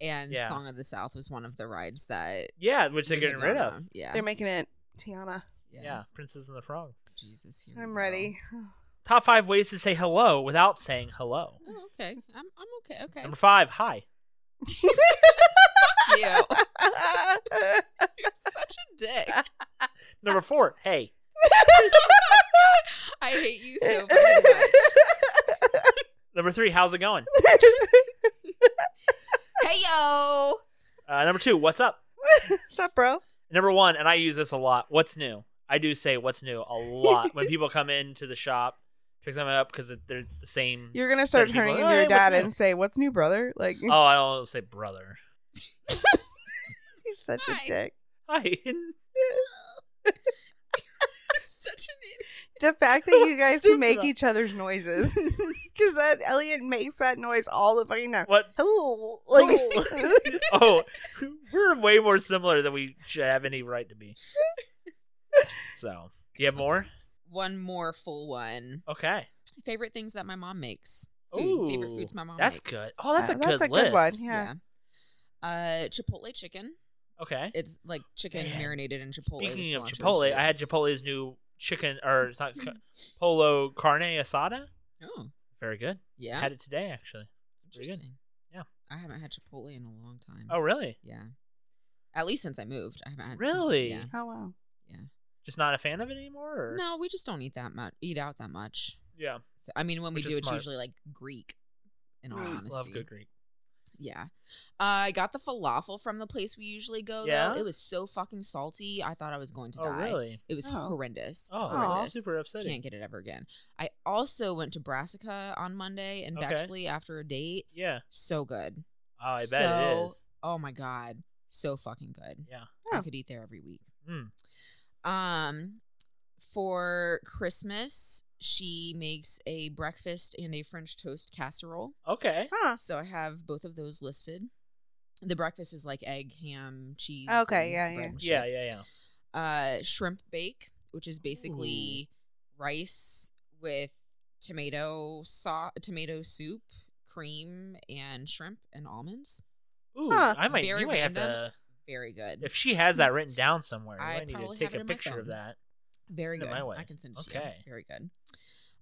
[SPEAKER 2] And
[SPEAKER 3] Yeah.
[SPEAKER 2] Song of the South was one of the rides that
[SPEAKER 3] Yeah, which they're
[SPEAKER 2] we had
[SPEAKER 3] getting rid
[SPEAKER 2] gone
[SPEAKER 3] of.
[SPEAKER 2] on. Yeah.
[SPEAKER 1] They're making it Tiana.
[SPEAKER 2] yeah,
[SPEAKER 3] Yeah, Princess and the Frog.
[SPEAKER 2] Jesus, here we
[SPEAKER 1] I'm
[SPEAKER 2] go.
[SPEAKER 1] ready.
[SPEAKER 3] Top five ways to say hello without saying hello.
[SPEAKER 2] Oh, okay, I'm I'm okay. Okay,
[SPEAKER 3] Number five, hi.
[SPEAKER 2] Jesus, fuck you.
[SPEAKER 1] [laughs]
[SPEAKER 3] [laughs]
[SPEAKER 2] You're such a dick.
[SPEAKER 3] Number four, hey.
[SPEAKER 2] I hate you
[SPEAKER 1] [laughs]
[SPEAKER 2] so fucking much.
[SPEAKER 3] Number three, how's it going?
[SPEAKER 2] Hey yo, [laughs]
[SPEAKER 3] Uh, number two, what's up?
[SPEAKER 1] What's up, bro?
[SPEAKER 3] Number one, and I use this a lot. What's new? I do say what's new a
[SPEAKER 2] [laughs]
[SPEAKER 3] lot when people come into the shop, pick something up because it's the same.
[SPEAKER 1] You're gonna start
[SPEAKER 3] Certain people,
[SPEAKER 1] turning into your
[SPEAKER 3] "Hey, what's
[SPEAKER 1] dad
[SPEAKER 3] new?"
[SPEAKER 1] and say, "What's new,
[SPEAKER 3] Uh,
[SPEAKER 1] brother?" Like
[SPEAKER 3] oh, I don't say brother.
[SPEAKER 1] [laughs] he's such
[SPEAKER 2] Hi.
[SPEAKER 1] a dick.
[SPEAKER 3] Hi.
[SPEAKER 2] Such an idiot.
[SPEAKER 1] The fact that [laughs] you guys can make
[SPEAKER 3] Stupid.
[SPEAKER 1] each other's noises, [laughs] because that Elliot makes that noise all the fucking time.
[SPEAKER 3] [laughs] What?
[SPEAKER 1] Hello, like, [laughs]
[SPEAKER 3] Oh, [laughs] we're way more similar than we should have any right to be. So, do you have more?
[SPEAKER 2] One more full one.
[SPEAKER 3] Okay,
[SPEAKER 2] Favorite things that my mom makes. Food. Favorite
[SPEAKER 3] Ooh,
[SPEAKER 2] foods my mom
[SPEAKER 3] that's
[SPEAKER 2] makes.
[SPEAKER 3] good. Oh, that's a
[SPEAKER 1] Uh,
[SPEAKER 3] good.
[SPEAKER 1] that's a
[SPEAKER 3] list.
[SPEAKER 1] good one. Yeah.
[SPEAKER 2] Yeah. Uh, Chipotle chicken.
[SPEAKER 3] Okay.
[SPEAKER 2] It's like chicken
[SPEAKER 3] Man.
[SPEAKER 2] marinated in Chipotle. with
[SPEAKER 3] Speaking of
[SPEAKER 2] cilantro and
[SPEAKER 3] Chipotle,
[SPEAKER 2] shit.
[SPEAKER 3] I had Chipotle's new chicken or it's not ca- polo carne asada.
[SPEAKER 2] Oh,
[SPEAKER 3] Very good.
[SPEAKER 2] yeah.
[SPEAKER 3] Had it today actually. pretty good.
[SPEAKER 2] Interesting.
[SPEAKER 3] Yeah.
[SPEAKER 2] I haven't had Chipotle in a long time.
[SPEAKER 3] Oh, really?
[SPEAKER 2] Yeah. At least since I moved, I haven't had. since I-
[SPEAKER 3] Really?
[SPEAKER 2] yeah.
[SPEAKER 1] oh wow.
[SPEAKER 3] Just not a fan of it anymore? Or?
[SPEAKER 2] No, we just don't eat that much. Eat out that much.
[SPEAKER 3] Yeah.
[SPEAKER 2] So, I mean, when
[SPEAKER 3] Which
[SPEAKER 2] we
[SPEAKER 3] is
[SPEAKER 2] do, it's
[SPEAKER 3] smart.
[SPEAKER 2] usually like Greek. In all
[SPEAKER 1] Mm.
[SPEAKER 2] honesty,
[SPEAKER 3] Love good Greek.
[SPEAKER 2] yeah. Uh, I got the falafel from the place we usually go.
[SPEAKER 3] Yeah?
[SPEAKER 2] Though. It was so fucking salty. I thought I was going to
[SPEAKER 3] Oh,
[SPEAKER 2] die.
[SPEAKER 3] really?
[SPEAKER 2] It was
[SPEAKER 1] Oh.
[SPEAKER 2] horrendous.
[SPEAKER 3] Oh,
[SPEAKER 1] Aw.
[SPEAKER 3] that's
[SPEAKER 2] horrendous.
[SPEAKER 3] super upsetting.
[SPEAKER 2] Can't get it ever again. I also went to Brassica on Monday and
[SPEAKER 3] Okay.
[SPEAKER 2] Bexley after a date.
[SPEAKER 3] Yeah.
[SPEAKER 2] So good.
[SPEAKER 3] Oh, I bet it
[SPEAKER 2] So-
[SPEAKER 3] is.
[SPEAKER 2] Oh my god, so fucking good.
[SPEAKER 3] Yeah.
[SPEAKER 2] I
[SPEAKER 1] Oh.
[SPEAKER 2] could eat there every week.
[SPEAKER 3] Mm.
[SPEAKER 2] Um, for Christmas, she makes a breakfast and a French toast casserole.
[SPEAKER 3] Okay.
[SPEAKER 1] Huh.
[SPEAKER 2] So I have both of those listed. The breakfast is like egg, ham, cheese.
[SPEAKER 1] Okay,
[SPEAKER 2] and
[SPEAKER 1] yeah,
[SPEAKER 2] bread
[SPEAKER 1] yeah.
[SPEAKER 2] and
[SPEAKER 3] Yeah,
[SPEAKER 2] shit.
[SPEAKER 3] yeah, yeah.
[SPEAKER 2] Uh, shrimp bake, which is basically rice with tomato sauce, tomato soup, cream, and shrimp and almonds.
[SPEAKER 3] Ooh,
[SPEAKER 1] Huh.
[SPEAKER 3] I might.
[SPEAKER 2] Very
[SPEAKER 3] you might have to.
[SPEAKER 2] random. Very good.
[SPEAKER 3] If she has that written down somewhere,
[SPEAKER 2] I
[SPEAKER 3] I need to
[SPEAKER 2] probably
[SPEAKER 3] take
[SPEAKER 2] have it
[SPEAKER 3] a
[SPEAKER 2] in my
[SPEAKER 3] picture of
[SPEAKER 2] phone.
[SPEAKER 3] that.
[SPEAKER 2] Very
[SPEAKER 3] Send it
[SPEAKER 2] good.
[SPEAKER 3] my way.
[SPEAKER 2] I can send it to you.
[SPEAKER 3] Okay.
[SPEAKER 2] Very good.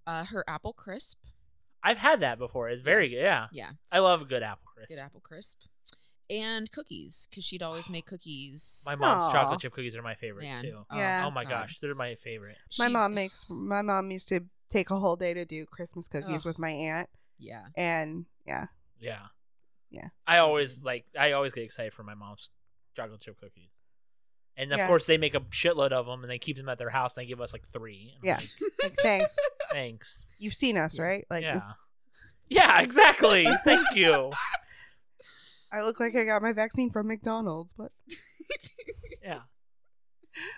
[SPEAKER 2] Uh, her apple crisp.
[SPEAKER 3] I've had that before. It's very good. Yeah,
[SPEAKER 2] Yeah,
[SPEAKER 3] I love good apple crisp.
[SPEAKER 2] good apple crisp. And cookies, because she'd always
[SPEAKER 3] [gasps]
[SPEAKER 2] make cookies.
[SPEAKER 3] My mom's
[SPEAKER 1] Aw.
[SPEAKER 3] chocolate chip cookies are my favorite
[SPEAKER 2] Man.
[SPEAKER 3] too.
[SPEAKER 1] Yeah.
[SPEAKER 3] Oh my
[SPEAKER 2] God.
[SPEAKER 3] gosh, they're my favorite.
[SPEAKER 1] My
[SPEAKER 2] She-
[SPEAKER 1] mom makes. My mom used to take a whole day to do Christmas cookies
[SPEAKER 2] Ugh.
[SPEAKER 1] with my aunt,
[SPEAKER 2] Yeah.
[SPEAKER 1] [laughs] and yeah,
[SPEAKER 3] Yeah,
[SPEAKER 1] yeah.
[SPEAKER 3] I
[SPEAKER 2] So
[SPEAKER 3] always
[SPEAKER 2] good.
[SPEAKER 3] like. I always get excited for my mom's chocolate chip cookies. And of
[SPEAKER 1] Yeah.
[SPEAKER 3] course, they make a shitload of them, and they keep them at their house, and they give us like three. And I'm
[SPEAKER 1] Yeah.
[SPEAKER 3] like,
[SPEAKER 1] Like, thanks.
[SPEAKER 3] Thanks.
[SPEAKER 1] You've seen us,
[SPEAKER 2] Yeah.
[SPEAKER 1] right? Like,
[SPEAKER 3] yeah. Yeah, exactly. Thank you.
[SPEAKER 1] I look like I got my vaccine from McDonald's, but
[SPEAKER 3] Yeah.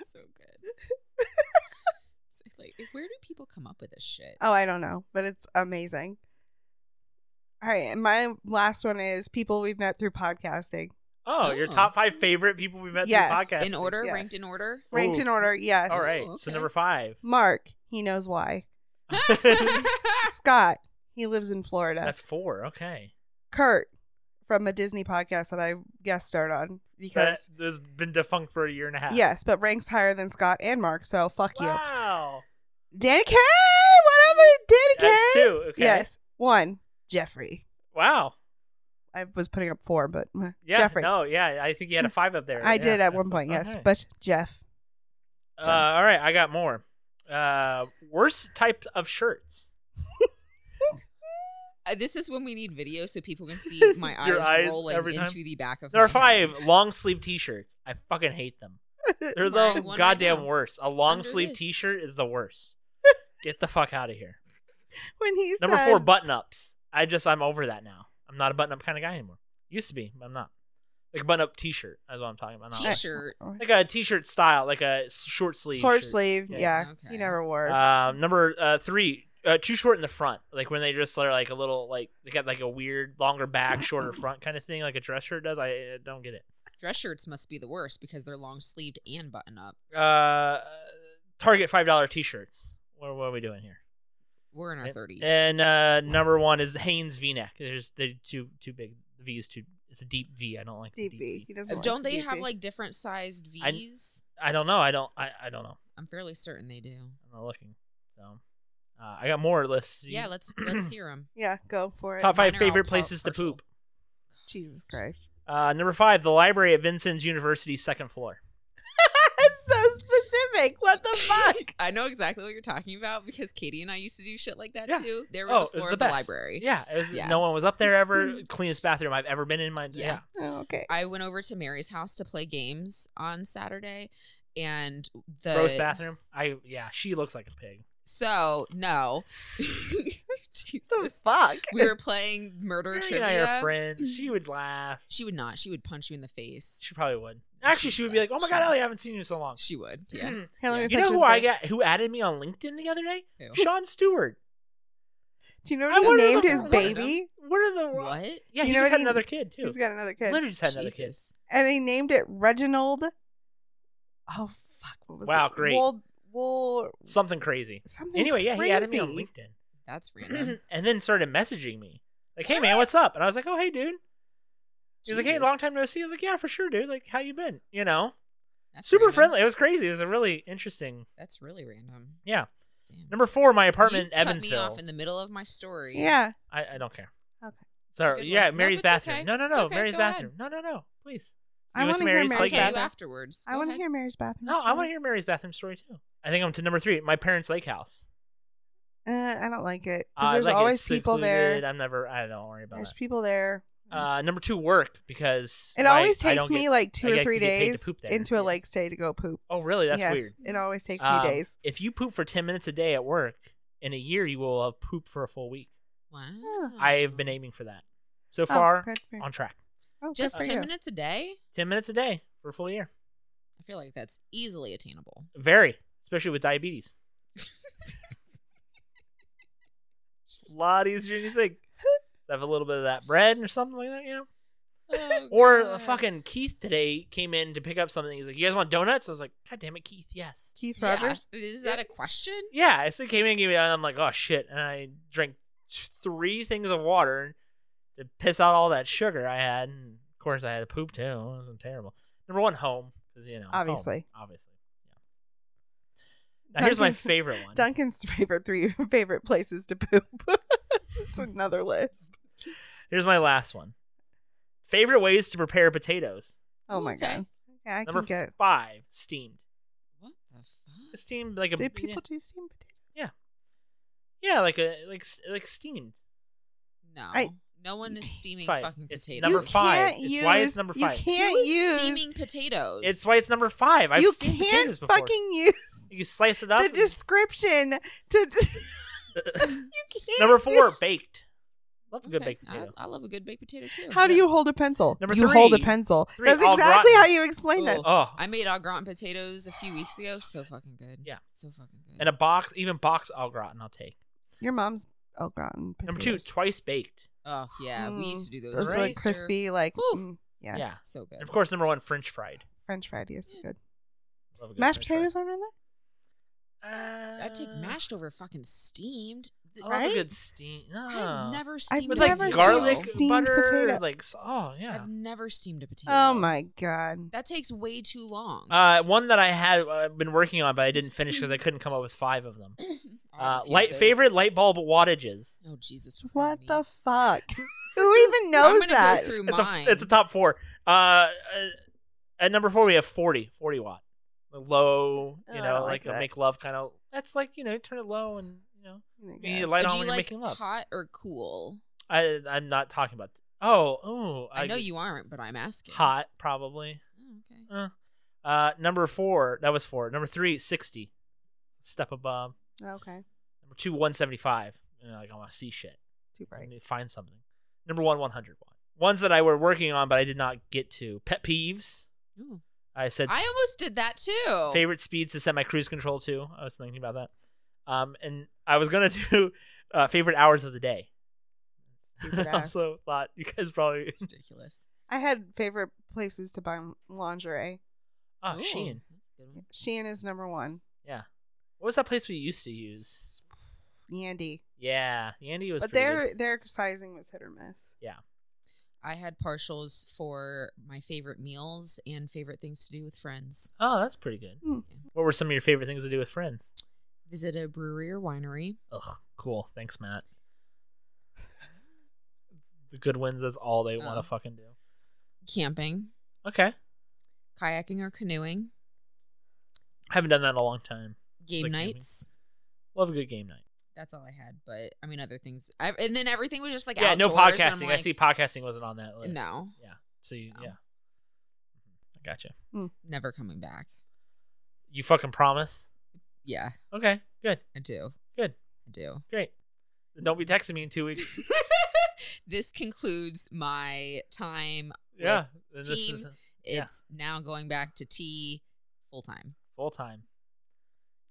[SPEAKER 2] so
[SPEAKER 1] [laughs]
[SPEAKER 2] good. So, like, where do people come up with this shit?
[SPEAKER 1] oh, I don't know, but it's amazing. All right, and my last one is people we've met through podcasting,
[SPEAKER 3] Oh, your
[SPEAKER 2] Oh.
[SPEAKER 3] top five favorite people we've met
[SPEAKER 1] Yes.
[SPEAKER 3] through podcasting.
[SPEAKER 2] in order,
[SPEAKER 1] yes.
[SPEAKER 2] ranked in
[SPEAKER 1] [laughs]
[SPEAKER 3] [laughs]
[SPEAKER 2] order. [laughs]
[SPEAKER 1] ranked in
[SPEAKER 3] Ooh.
[SPEAKER 1] order. Yes.
[SPEAKER 3] All right.
[SPEAKER 2] Oh,
[SPEAKER 3] So
[SPEAKER 2] okay. [laughs]
[SPEAKER 3] number five. [laughs]
[SPEAKER 1] Mark, he knows why.
[SPEAKER 2] That's
[SPEAKER 1] Scott, he lives in Florida.
[SPEAKER 3] That's four. Okay.
[SPEAKER 1] Kurt from a Disney podcast that I guest starred on
[SPEAKER 3] That
[SPEAKER 1] because
[SPEAKER 3] has been defunct for a year and a half.
[SPEAKER 1] yes, but ranks higher than Scott and Mark, so fuck you.
[SPEAKER 3] Wow.
[SPEAKER 1] Danny K, what happened to Danny
[SPEAKER 3] That's
[SPEAKER 1] K?
[SPEAKER 3] two. Okay.
[SPEAKER 1] Yes, one Jeffrey.
[SPEAKER 3] Wow.
[SPEAKER 1] I was putting up four, but uh,
[SPEAKER 3] Yeah.
[SPEAKER 1] Jeffrey.
[SPEAKER 3] No. Yeah. I think you had a five up there.
[SPEAKER 1] I
[SPEAKER 3] Yeah,
[SPEAKER 1] did at
[SPEAKER 3] that's
[SPEAKER 1] one
[SPEAKER 3] a-
[SPEAKER 1] point, yes,
[SPEAKER 3] okay.
[SPEAKER 1] but Jeff.
[SPEAKER 3] uh, all right. I got more. Uh, worst type of shirts.
[SPEAKER 2] Uh, this is when we need video so people can
[SPEAKER 3] [laughs]
[SPEAKER 2] see my eyes,
[SPEAKER 3] Your eyes
[SPEAKER 2] rolling
[SPEAKER 3] every time?
[SPEAKER 2] into the back
[SPEAKER 1] [laughs]
[SPEAKER 2] of
[SPEAKER 3] Number
[SPEAKER 2] my head.
[SPEAKER 3] five. Long sleeve T-shirts. I fucking hate them. They're
[SPEAKER 2] I'm wearing
[SPEAKER 3] the
[SPEAKER 2] one right
[SPEAKER 3] goddamn
[SPEAKER 2] now.
[SPEAKER 3] worst. A long
[SPEAKER 2] Under
[SPEAKER 3] sleeve
[SPEAKER 2] this.
[SPEAKER 3] T-shirt is
[SPEAKER 2] [laughs]
[SPEAKER 3] the worst. Get the fuck out of here.
[SPEAKER 1] [laughs] when he
[SPEAKER 3] Number
[SPEAKER 1] said,
[SPEAKER 3] four, button ups. I just I'm over that now. I'm not a button up kind of guy anymore. Used to be, but I'm not. Like a button up T-shirt is what I'm talking about. Not like,
[SPEAKER 2] T-shirt.
[SPEAKER 3] like a T-shirt style, like a s- short sleeve.
[SPEAKER 1] short
[SPEAKER 3] shirt.
[SPEAKER 1] sleeve,
[SPEAKER 3] Yeah.
[SPEAKER 1] yeah,
[SPEAKER 2] Okay.
[SPEAKER 1] he never wore.
[SPEAKER 3] Um, number uh, three, uh, too short in the front. Like when they just are like a little like they got like a weird longer
[SPEAKER 2] [laughs]
[SPEAKER 3] back, shorter front kind of thing, like a dress shirt does. I uh, don't get it.
[SPEAKER 2] Dress shirts must be the worst because they're long sleeved and button up.
[SPEAKER 3] Uh, Target five dollar T-shirts. What, what are we doing here?
[SPEAKER 2] We're in our
[SPEAKER 3] And-
[SPEAKER 2] thirties.
[SPEAKER 3] And uh, number one is Hanes V-neck. There's the too too big. The V is too. It's a deep V. I don't like the
[SPEAKER 1] DP.
[SPEAKER 3] deep V.
[SPEAKER 1] He doesn't. like
[SPEAKER 2] Uh, Don't
[SPEAKER 1] the
[SPEAKER 2] they
[SPEAKER 1] DP.
[SPEAKER 2] have like different sized
[SPEAKER 3] I-
[SPEAKER 2] V's?
[SPEAKER 3] I don't know. I don't. I, I don't know.
[SPEAKER 2] I'm fairly certain they do.
[SPEAKER 3] I'm not looking. So, uh, I got more lists. You-
[SPEAKER 2] Yeah,
[SPEAKER 3] [clears throat]
[SPEAKER 2] let's let's hear them.
[SPEAKER 1] Yeah, go for it.
[SPEAKER 3] top five
[SPEAKER 2] Mine are all
[SPEAKER 3] favorite
[SPEAKER 2] par-
[SPEAKER 3] places to
[SPEAKER 2] partial.
[SPEAKER 3] poop.
[SPEAKER 2] [laughs]
[SPEAKER 1] Jesus Christ, [laughs]
[SPEAKER 3] Uh, number five, the library at Vincent's University, second floor.
[SPEAKER 1] that's so specific. What the
[SPEAKER 2] [laughs]
[SPEAKER 1] fuck?
[SPEAKER 2] I know exactly what you're talking about because Katie and I used to do shit like that
[SPEAKER 3] Yeah.
[SPEAKER 2] too. There
[SPEAKER 3] oh,
[SPEAKER 2] was a
[SPEAKER 3] it was
[SPEAKER 2] floor
[SPEAKER 3] the
[SPEAKER 2] of the
[SPEAKER 3] best.
[SPEAKER 2] library.
[SPEAKER 3] Yeah, it was,
[SPEAKER 2] Yeah.
[SPEAKER 3] no one was up there ever.
[SPEAKER 2] [clears throat]
[SPEAKER 3] Cleanest bathroom I've ever been in. My yeah.
[SPEAKER 2] Yeah.
[SPEAKER 1] Oh, okay.
[SPEAKER 2] I went over to Mary's house to play games on Saturday, and the
[SPEAKER 3] gross bathroom. I yeah. She looks like a pig.
[SPEAKER 2] So
[SPEAKER 3] [laughs]
[SPEAKER 2] no. [laughs]
[SPEAKER 1] What the
[SPEAKER 2] Jesus.
[SPEAKER 1] fuck?
[SPEAKER 2] We were playing murder
[SPEAKER 3] Mary and I are
[SPEAKER 2] trivia.
[SPEAKER 3] friends. She would laugh.
[SPEAKER 2] She would not. She would punch you in the face.
[SPEAKER 3] She probably would. Actually, she would be like, "Oh my god, Ellie, I haven't seen you in so long."
[SPEAKER 2] She would.
[SPEAKER 3] Mm-hmm.
[SPEAKER 2] Yeah.
[SPEAKER 3] [clears throat]
[SPEAKER 1] Hey, let me
[SPEAKER 3] You
[SPEAKER 1] punch
[SPEAKER 3] know
[SPEAKER 1] in
[SPEAKER 3] who
[SPEAKER 1] the
[SPEAKER 3] I
[SPEAKER 1] face.
[SPEAKER 3] got? Who added me on LinkedIn the other day?
[SPEAKER 2] Ew.
[SPEAKER 3] Sean Stewart.
[SPEAKER 1] Do you know
[SPEAKER 3] I
[SPEAKER 1] what he
[SPEAKER 3] wonder
[SPEAKER 1] named
[SPEAKER 3] the-
[SPEAKER 1] his
[SPEAKER 3] what-
[SPEAKER 1] baby?
[SPEAKER 3] What are the
[SPEAKER 2] What?
[SPEAKER 3] Yeah,
[SPEAKER 1] You
[SPEAKER 3] he
[SPEAKER 1] know
[SPEAKER 3] just
[SPEAKER 1] what
[SPEAKER 3] had
[SPEAKER 1] he-
[SPEAKER 3] another kid too.
[SPEAKER 1] He's got another kid.
[SPEAKER 3] Literally just had another kid.
[SPEAKER 2] Jesus.
[SPEAKER 1] and he named it Reginald. Oh fuck! What was
[SPEAKER 3] Wow,
[SPEAKER 1] it?
[SPEAKER 3] great.
[SPEAKER 1] Wold, Wold,
[SPEAKER 3] Something crazy.
[SPEAKER 1] something
[SPEAKER 3] Anyway, yeah, he added me on
[SPEAKER 1] crazy.
[SPEAKER 3] LinkedIn, [clears throat]
[SPEAKER 2] That's random.
[SPEAKER 3] and then started messaging me like, "Hey man, what's up?" And I was like, "Oh hey dude." He was like, "Hey,
[SPEAKER 2] Jesus.
[SPEAKER 3] long time no see." I was like, "Yeah, for sure, dude. Like, how you been? You know,
[SPEAKER 2] That's
[SPEAKER 3] super
[SPEAKER 2] random.
[SPEAKER 3] friendly. It was crazy. It was a really interesting.
[SPEAKER 2] That's really random.
[SPEAKER 3] Yeah.
[SPEAKER 2] Damn.
[SPEAKER 3] Number four, my apartment
[SPEAKER 2] you
[SPEAKER 3] in
[SPEAKER 2] cut
[SPEAKER 3] Evansville.
[SPEAKER 2] me off in the middle of my story.
[SPEAKER 1] Yeah,
[SPEAKER 3] I, I don't care.
[SPEAKER 1] Okay.
[SPEAKER 2] It's a
[SPEAKER 3] Sorry.
[SPEAKER 2] good
[SPEAKER 3] Yeah,
[SPEAKER 2] one.
[SPEAKER 3] Mary's
[SPEAKER 2] Nope, it's
[SPEAKER 3] bathroom.
[SPEAKER 2] okay.
[SPEAKER 3] No, no,
[SPEAKER 2] It's
[SPEAKER 3] no.
[SPEAKER 2] okay,
[SPEAKER 3] Mary's
[SPEAKER 2] go
[SPEAKER 3] bathroom. No, no, no. Please.
[SPEAKER 1] I
[SPEAKER 3] You went to
[SPEAKER 1] wanna hear
[SPEAKER 3] Mary's
[SPEAKER 2] I'll
[SPEAKER 1] Mary's
[SPEAKER 2] tell
[SPEAKER 3] like,
[SPEAKER 1] bathroom.
[SPEAKER 2] you afterwards.
[SPEAKER 1] I
[SPEAKER 2] Go
[SPEAKER 1] want to
[SPEAKER 2] ahead.
[SPEAKER 1] hear Mary's bathroom.
[SPEAKER 3] No, I want to hear Mary's bathroom story too. I think I'm to number three. My parents' lake house.
[SPEAKER 1] hear. Uh, I don't like it
[SPEAKER 3] Uh,
[SPEAKER 1] because there's
[SPEAKER 3] like, it's
[SPEAKER 1] always people
[SPEAKER 3] secluded.
[SPEAKER 1] there.
[SPEAKER 3] I'm never. I don't worry about
[SPEAKER 1] There's
[SPEAKER 3] that.
[SPEAKER 1] people there.
[SPEAKER 3] Uh, number two, work because
[SPEAKER 1] It
[SPEAKER 3] I-
[SPEAKER 1] always
[SPEAKER 3] I
[SPEAKER 1] takes
[SPEAKER 3] don't
[SPEAKER 1] me
[SPEAKER 3] get-
[SPEAKER 1] like two
[SPEAKER 3] I
[SPEAKER 1] or
[SPEAKER 3] get-
[SPEAKER 1] three
[SPEAKER 3] get paid to
[SPEAKER 1] days
[SPEAKER 3] poop there.
[SPEAKER 1] into
[SPEAKER 2] Yeah.
[SPEAKER 1] a lake stay to go poop.
[SPEAKER 3] oh, really? That's
[SPEAKER 1] yes,
[SPEAKER 3] weird.
[SPEAKER 1] It always takes
[SPEAKER 3] Um,
[SPEAKER 1] me days.
[SPEAKER 3] If you poop for ten minutes a day at work, in a year you will have pooped for a full week.
[SPEAKER 2] Wow.
[SPEAKER 3] I have been aiming for that. So
[SPEAKER 1] Oh,
[SPEAKER 3] far,
[SPEAKER 1] good for you.
[SPEAKER 3] on track.
[SPEAKER 1] Oh, good
[SPEAKER 2] just
[SPEAKER 1] for
[SPEAKER 2] ten
[SPEAKER 1] you.
[SPEAKER 2] minutes a day.
[SPEAKER 3] Ten minutes a day for a full year.
[SPEAKER 2] I feel like that's easily attainable.
[SPEAKER 3] Very, especially with
[SPEAKER 1] [laughs]
[SPEAKER 3] diabetes. It's a lot easier than
[SPEAKER 1] [laughs]
[SPEAKER 3] you think. Have a little bit of that bread or something like that, you know.
[SPEAKER 2] Oh,
[SPEAKER 3] [laughs] Or uh,
[SPEAKER 2] God.
[SPEAKER 3] fucking Keith today came in to pick up something. He's like, "You guys want donuts?" I was like, "God damn it, Keith, yes."
[SPEAKER 1] Keith
[SPEAKER 2] Yeah.
[SPEAKER 1] Rogers.
[SPEAKER 2] Is that a question?
[SPEAKER 3] Yeah, so he came in and gave me, and I'm like, "Oh shit!" And I drank t- three things of water to piss out all that sugar I had. And of course, I had to poop too. It was terrible. Number one, home because you know, home,
[SPEAKER 1] Obviously.
[SPEAKER 3] obviously. Now, here's
[SPEAKER 1] [laughs]
[SPEAKER 3] my
[SPEAKER 1] Duncan's-
[SPEAKER 3] favorite one.
[SPEAKER 1] Duncan's favorite three [laughs] favorite places to poop. [laughs] it's another list.
[SPEAKER 3] Here's my last one. Favorite ways to prepare potatoes.
[SPEAKER 1] Oh my
[SPEAKER 2] Okay.
[SPEAKER 1] god. Yeah, I
[SPEAKER 3] Number
[SPEAKER 1] can get.
[SPEAKER 3] five, steamed.
[SPEAKER 2] What the fuck?
[SPEAKER 3] Steamed like a
[SPEAKER 1] Do
[SPEAKER 3] yeah,
[SPEAKER 1] people do steamed potatoes?
[SPEAKER 3] yeah, like a like s- like steamed.
[SPEAKER 2] No.
[SPEAKER 1] I-
[SPEAKER 2] no one is steaming
[SPEAKER 3] Five.
[SPEAKER 2] fucking
[SPEAKER 3] It's
[SPEAKER 2] potatoes.
[SPEAKER 3] number
[SPEAKER 1] you
[SPEAKER 3] five.
[SPEAKER 1] Can't
[SPEAKER 3] It's
[SPEAKER 1] use,
[SPEAKER 3] why it's number five.
[SPEAKER 1] You
[SPEAKER 3] Who
[SPEAKER 2] Who
[SPEAKER 1] can't
[SPEAKER 2] is
[SPEAKER 1] use.
[SPEAKER 2] steaming potatoes.
[SPEAKER 3] It's why it's number five. I've
[SPEAKER 1] you
[SPEAKER 3] steamed
[SPEAKER 1] can't
[SPEAKER 3] potatoes before.
[SPEAKER 1] fucking use
[SPEAKER 3] You slice it up.
[SPEAKER 1] the
[SPEAKER 3] and-
[SPEAKER 1] description to. [laughs] you can't.
[SPEAKER 3] [laughs] number
[SPEAKER 2] [laughs]
[SPEAKER 3] four,
[SPEAKER 1] do-
[SPEAKER 3] baked. Love a good
[SPEAKER 2] Okay.
[SPEAKER 3] baked potato.
[SPEAKER 2] I, I love a good baked potato too.
[SPEAKER 1] How do you hold a pencil?
[SPEAKER 3] Number
[SPEAKER 1] you hold a
[SPEAKER 3] three.
[SPEAKER 1] pencil.
[SPEAKER 3] Three,
[SPEAKER 1] That's
[SPEAKER 3] au
[SPEAKER 1] exactly
[SPEAKER 3] gratin.
[SPEAKER 1] how you explain that.
[SPEAKER 2] Ooh.
[SPEAKER 3] Oh,
[SPEAKER 2] I made au gratin potatoes a few weeks ago. So fucking good.
[SPEAKER 3] Yeah.
[SPEAKER 2] So fucking good.
[SPEAKER 3] and a box, even box au gratin, I'll take.
[SPEAKER 1] Your mom's au gratin potatoes.
[SPEAKER 3] Number two, twice baked.
[SPEAKER 2] oh yeah, we used to do those.
[SPEAKER 1] Mm, Those
[SPEAKER 2] for
[SPEAKER 1] are like
[SPEAKER 2] Easter.
[SPEAKER 1] crispy, like
[SPEAKER 2] Whew.
[SPEAKER 1] mm, yes.
[SPEAKER 3] Yeah.
[SPEAKER 2] So good.
[SPEAKER 3] And of course, number one, French fried.
[SPEAKER 1] French fried. Yes, good.
[SPEAKER 3] Love a good
[SPEAKER 1] Mashed
[SPEAKER 3] French fry.
[SPEAKER 1] potatoes aren't in there.
[SPEAKER 3] Uh,
[SPEAKER 2] I take
[SPEAKER 1] Ah.
[SPEAKER 2] mashed over fucking steamed. Th-
[SPEAKER 3] I love a
[SPEAKER 1] right?
[SPEAKER 3] good steam. No.
[SPEAKER 2] I've never steamed.
[SPEAKER 1] I've
[SPEAKER 2] a
[SPEAKER 3] Ah. with
[SPEAKER 1] never
[SPEAKER 3] like
[SPEAKER 2] potato.
[SPEAKER 3] garlic
[SPEAKER 1] steamed steamed
[SPEAKER 3] butter,
[SPEAKER 1] potato.
[SPEAKER 3] like s- oh yeah.
[SPEAKER 2] I've never steamed a potato.
[SPEAKER 1] Oh my god.
[SPEAKER 2] That takes way too long. [coughs]
[SPEAKER 3] Uh, one that I had uh, been working on, but I didn't finish because I couldn't come up with five of them.
[SPEAKER 2] I'll
[SPEAKER 3] Uh,
[SPEAKER 2] have a few of
[SPEAKER 3] light
[SPEAKER 2] Oh, those.
[SPEAKER 3] favorite light bulb wattages.
[SPEAKER 2] Oh Jesus.
[SPEAKER 1] What
[SPEAKER 2] Christ.
[SPEAKER 1] the fuck? Who even
[SPEAKER 2] I'm
[SPEAKER 1] knows
[SPEAKER 2] gonna
[SPEAKER 1] that?
[SPEAKER 2] Go through
[SPEAKER 3] It's
[SPEAKER 2] mine.
[SPEAKER 3] a, it's a top four. Uh, uh, at number four we have 40, 40 watt, The low.
[SPEAKER 1] Oh, I
[SPEAKER 3] You know,
[SPEAKER 1] don't
[SPEAKER 3] like,
[SPEAKER 1] like
[SPEAKER 3] a
[SPEAKER 1] that.
[SPEAKER 3] make love kind of. That's like you know, turn it low and you know, you need a
[SPEAKER 1] Yeah.
[SPEAKER 3] light
[SPEAKER 2] Do
[SPEAKER 3] on
[SPEAKER 2] you
[SPEAKER 3] when
[SPEAKER 2] like
[SPEAKER 3] you're making love.
[SPEAKER 2] hot or cool?
[SPEAKER 3] I I'm not talking about. oh oh,
[SPEAKER 2] I, know you aren't, but I'm asking.
[SPEAKER 3] hot probably.
[SPEAKER 2] Oh, okay.
[SPEAKER 3] Uh, uh, number four that was four. Number three, 60. Step above.
[SPEAKER 1] Okay.
[SPEAKER 3] Number two, 175. You know, like, I want to see shit.
[SPEAKER 1] Too
[SPEAKER 3] I
[SPEAKER 1] bright.
[SPEAKER 3] need to find something. Number one, 100 watt. Ones that I were working on, but I did not get to. Pet peeves.
[SPEAKER 2] Ooh.
[SPEAKER 3] I said
[SPEAKER 2] I almost did that too.
[SPEAKER 3] favorite speeds to set my cruise control to. I was thinking about that. Um, and I was going to [laughs] do uh, favorite hours of the day. [laughs]
[SPEAKER 1] Stupid ass.
[SPEAKER 3] also, thought you guys probably. [laughs]
[SPEAKER 2] Ridiculous.
[SPEAKER 1] I had favorite places to buy lingerie.
[SPEAKER 3] Oh,
[SPEAKER 2] Ooh,
[SPEAKER 3] Shein.
[SPEAKER 2] That's a good one.
[SPEAKER 1] Shein is number one.
[SPEAKER 3] What was that place we used to use?
[SPEAKER 1] Yandy.
[SPEAKER 3] Yeah. Andy was.
[SPEAKER 1] But
[SPEAKER 3] pretty good.
[SPEAKER 1] their their sizing was hit or miss.
[SPEAKER 2] I had partials for my favorite meals and favorite things to do with friends.
[SPEAKER 3] Oh, that's pretty good.
[SPEAKER 1] Hmm.
[SPEAKER 3] What were some of your favorite things to do with friends?
[SPEAKER 2] Visit a brewery or winery.
[SPEAKER 3] Ugh, cool. Thanks, Matt. The good wins is all they want
[SPEAKER 2] Oh.
[SPEAKER 3] to fucking do.
[SPEAKER 2] Camping.
[SPEAKER 3] Okay.
[SPEAKER 2] Kayaking or canoeing.
[SPEAKER 3] I haven't done that in a long time.
[SPEAKER 2] Game
[SPEAKER 3] Like camping.
[SPEAKER 2] nights.
[SPEAKER 3] Love a good game night.
[SPEAKER 2] That's all I had. But I mean, other things. I, and then everything was just like
[SPEAKER 3] yeah, no
[SPEAKER 2] outdoors, and I'm
[SPEAKER 3] podcasting. I
[SPEAKER 2] like,
[SPEAKER 3] see podcasting wasn't on that list.
[SPEAKER 2] No.
[SPEAKER 3] Yeah. So you,
[SPEAKER 2] No.
[SPEAKER 3] yeah. I gotcha.
[SPEAKER 2] Never coming back.
[SPEAKER 3] You fucking promise?
[SPEAKER 2] Yeah.
[SPEAKER 3] Okay. Good.
[SPEAKER 2] I do.
[SPEAKER 3] Good.
[SPEAKER 2] I
[SPEAKER 3] [laughs]
[SPEAKER 2] do. [laughs]
[SPEAKER 3] Great. Don't be texting me in two weeks.
[SPEAKER 2] this concludes my time. with-
[SPEAKER 3] yeah. And this
[SPEAKER 2] team.
[SPEAKER 3] is yeah.
[SPEAKER 2] It's now going back to tea full time
[SPEAKER 3] full time.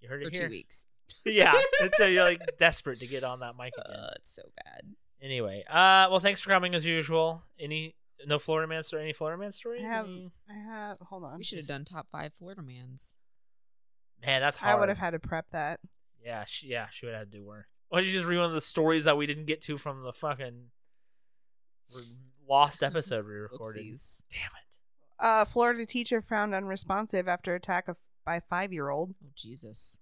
[SPEAKER 3] You heard
[SPEAKER 2] for
[SPEAKER 3] it
[SPEAKER 2] two
[SPEAKER 3] here.
[SPEAKER 2] weeks.
[SPEAKER 3] [laughs]
[SPEAKER 2] [laughs]
[SPEAKER 3] yeah. And so you're like desperate to get on that mic again.
[SPEAKER 2] Uh, it's so bad.
[SPEAKER 3] Anyway, uh, well, thanks for coming as usual. Any no Florida man story? Any Florida man stories?
[SPEAKER 1] I have-
[SPEAKER 3] Any-
[SPEAKER 1] I have. Hold on.
[SPEAKER 2] We should have done top five Florida mans.
[SPEAKER 3] Man, that's
[SPEAKER 1] I
[SPEAKER 3] hard.
[SPEAKER 1] would have had to prep that.
[SPEAKER 3] Yeah, she, yeah, she would have had to do work. Why don't you just read one of the stories that we didn't get to from the fucking re- lost episode we recorded?
[SPEAKER 2] Oopsies.
[SPEAKER 3] Damn it!
[SPEAKER 1] Uh, Florida teacher found unresponsive after attack of, by five year old.
[SPEAKER 2] Oh
[SPEAKER 3] [laughs]
[SPEAKER 2] Jesus.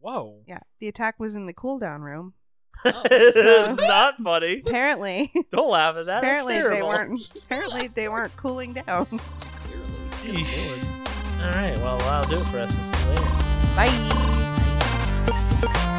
[SPEAKER 3] Whoa,
[SPEAKER 1] Yeah, the attack was in the cool down room.
[SPEAKER 3] [laughs]
[SPEAKER 2] Oh.
[SPEAKER 3] not funny.
[SPEAKER 1] Apparently,
[SPEAKER 3] Don't laugh at that. That's
[SPEAKER 1] apparently they
[SPEAKER 3] terrible.
[SPEAKER 1] weren't. Apparently they weren't cooling down.
[SPEAKER 2] Clearly. Good
[SPEAKER 3] Yeesh.
[SPEAKER 2] lord.
[SPEAKER 3] All right, well, that'll do it for us. We'll see you later.
[SPEAKER 1] Bye.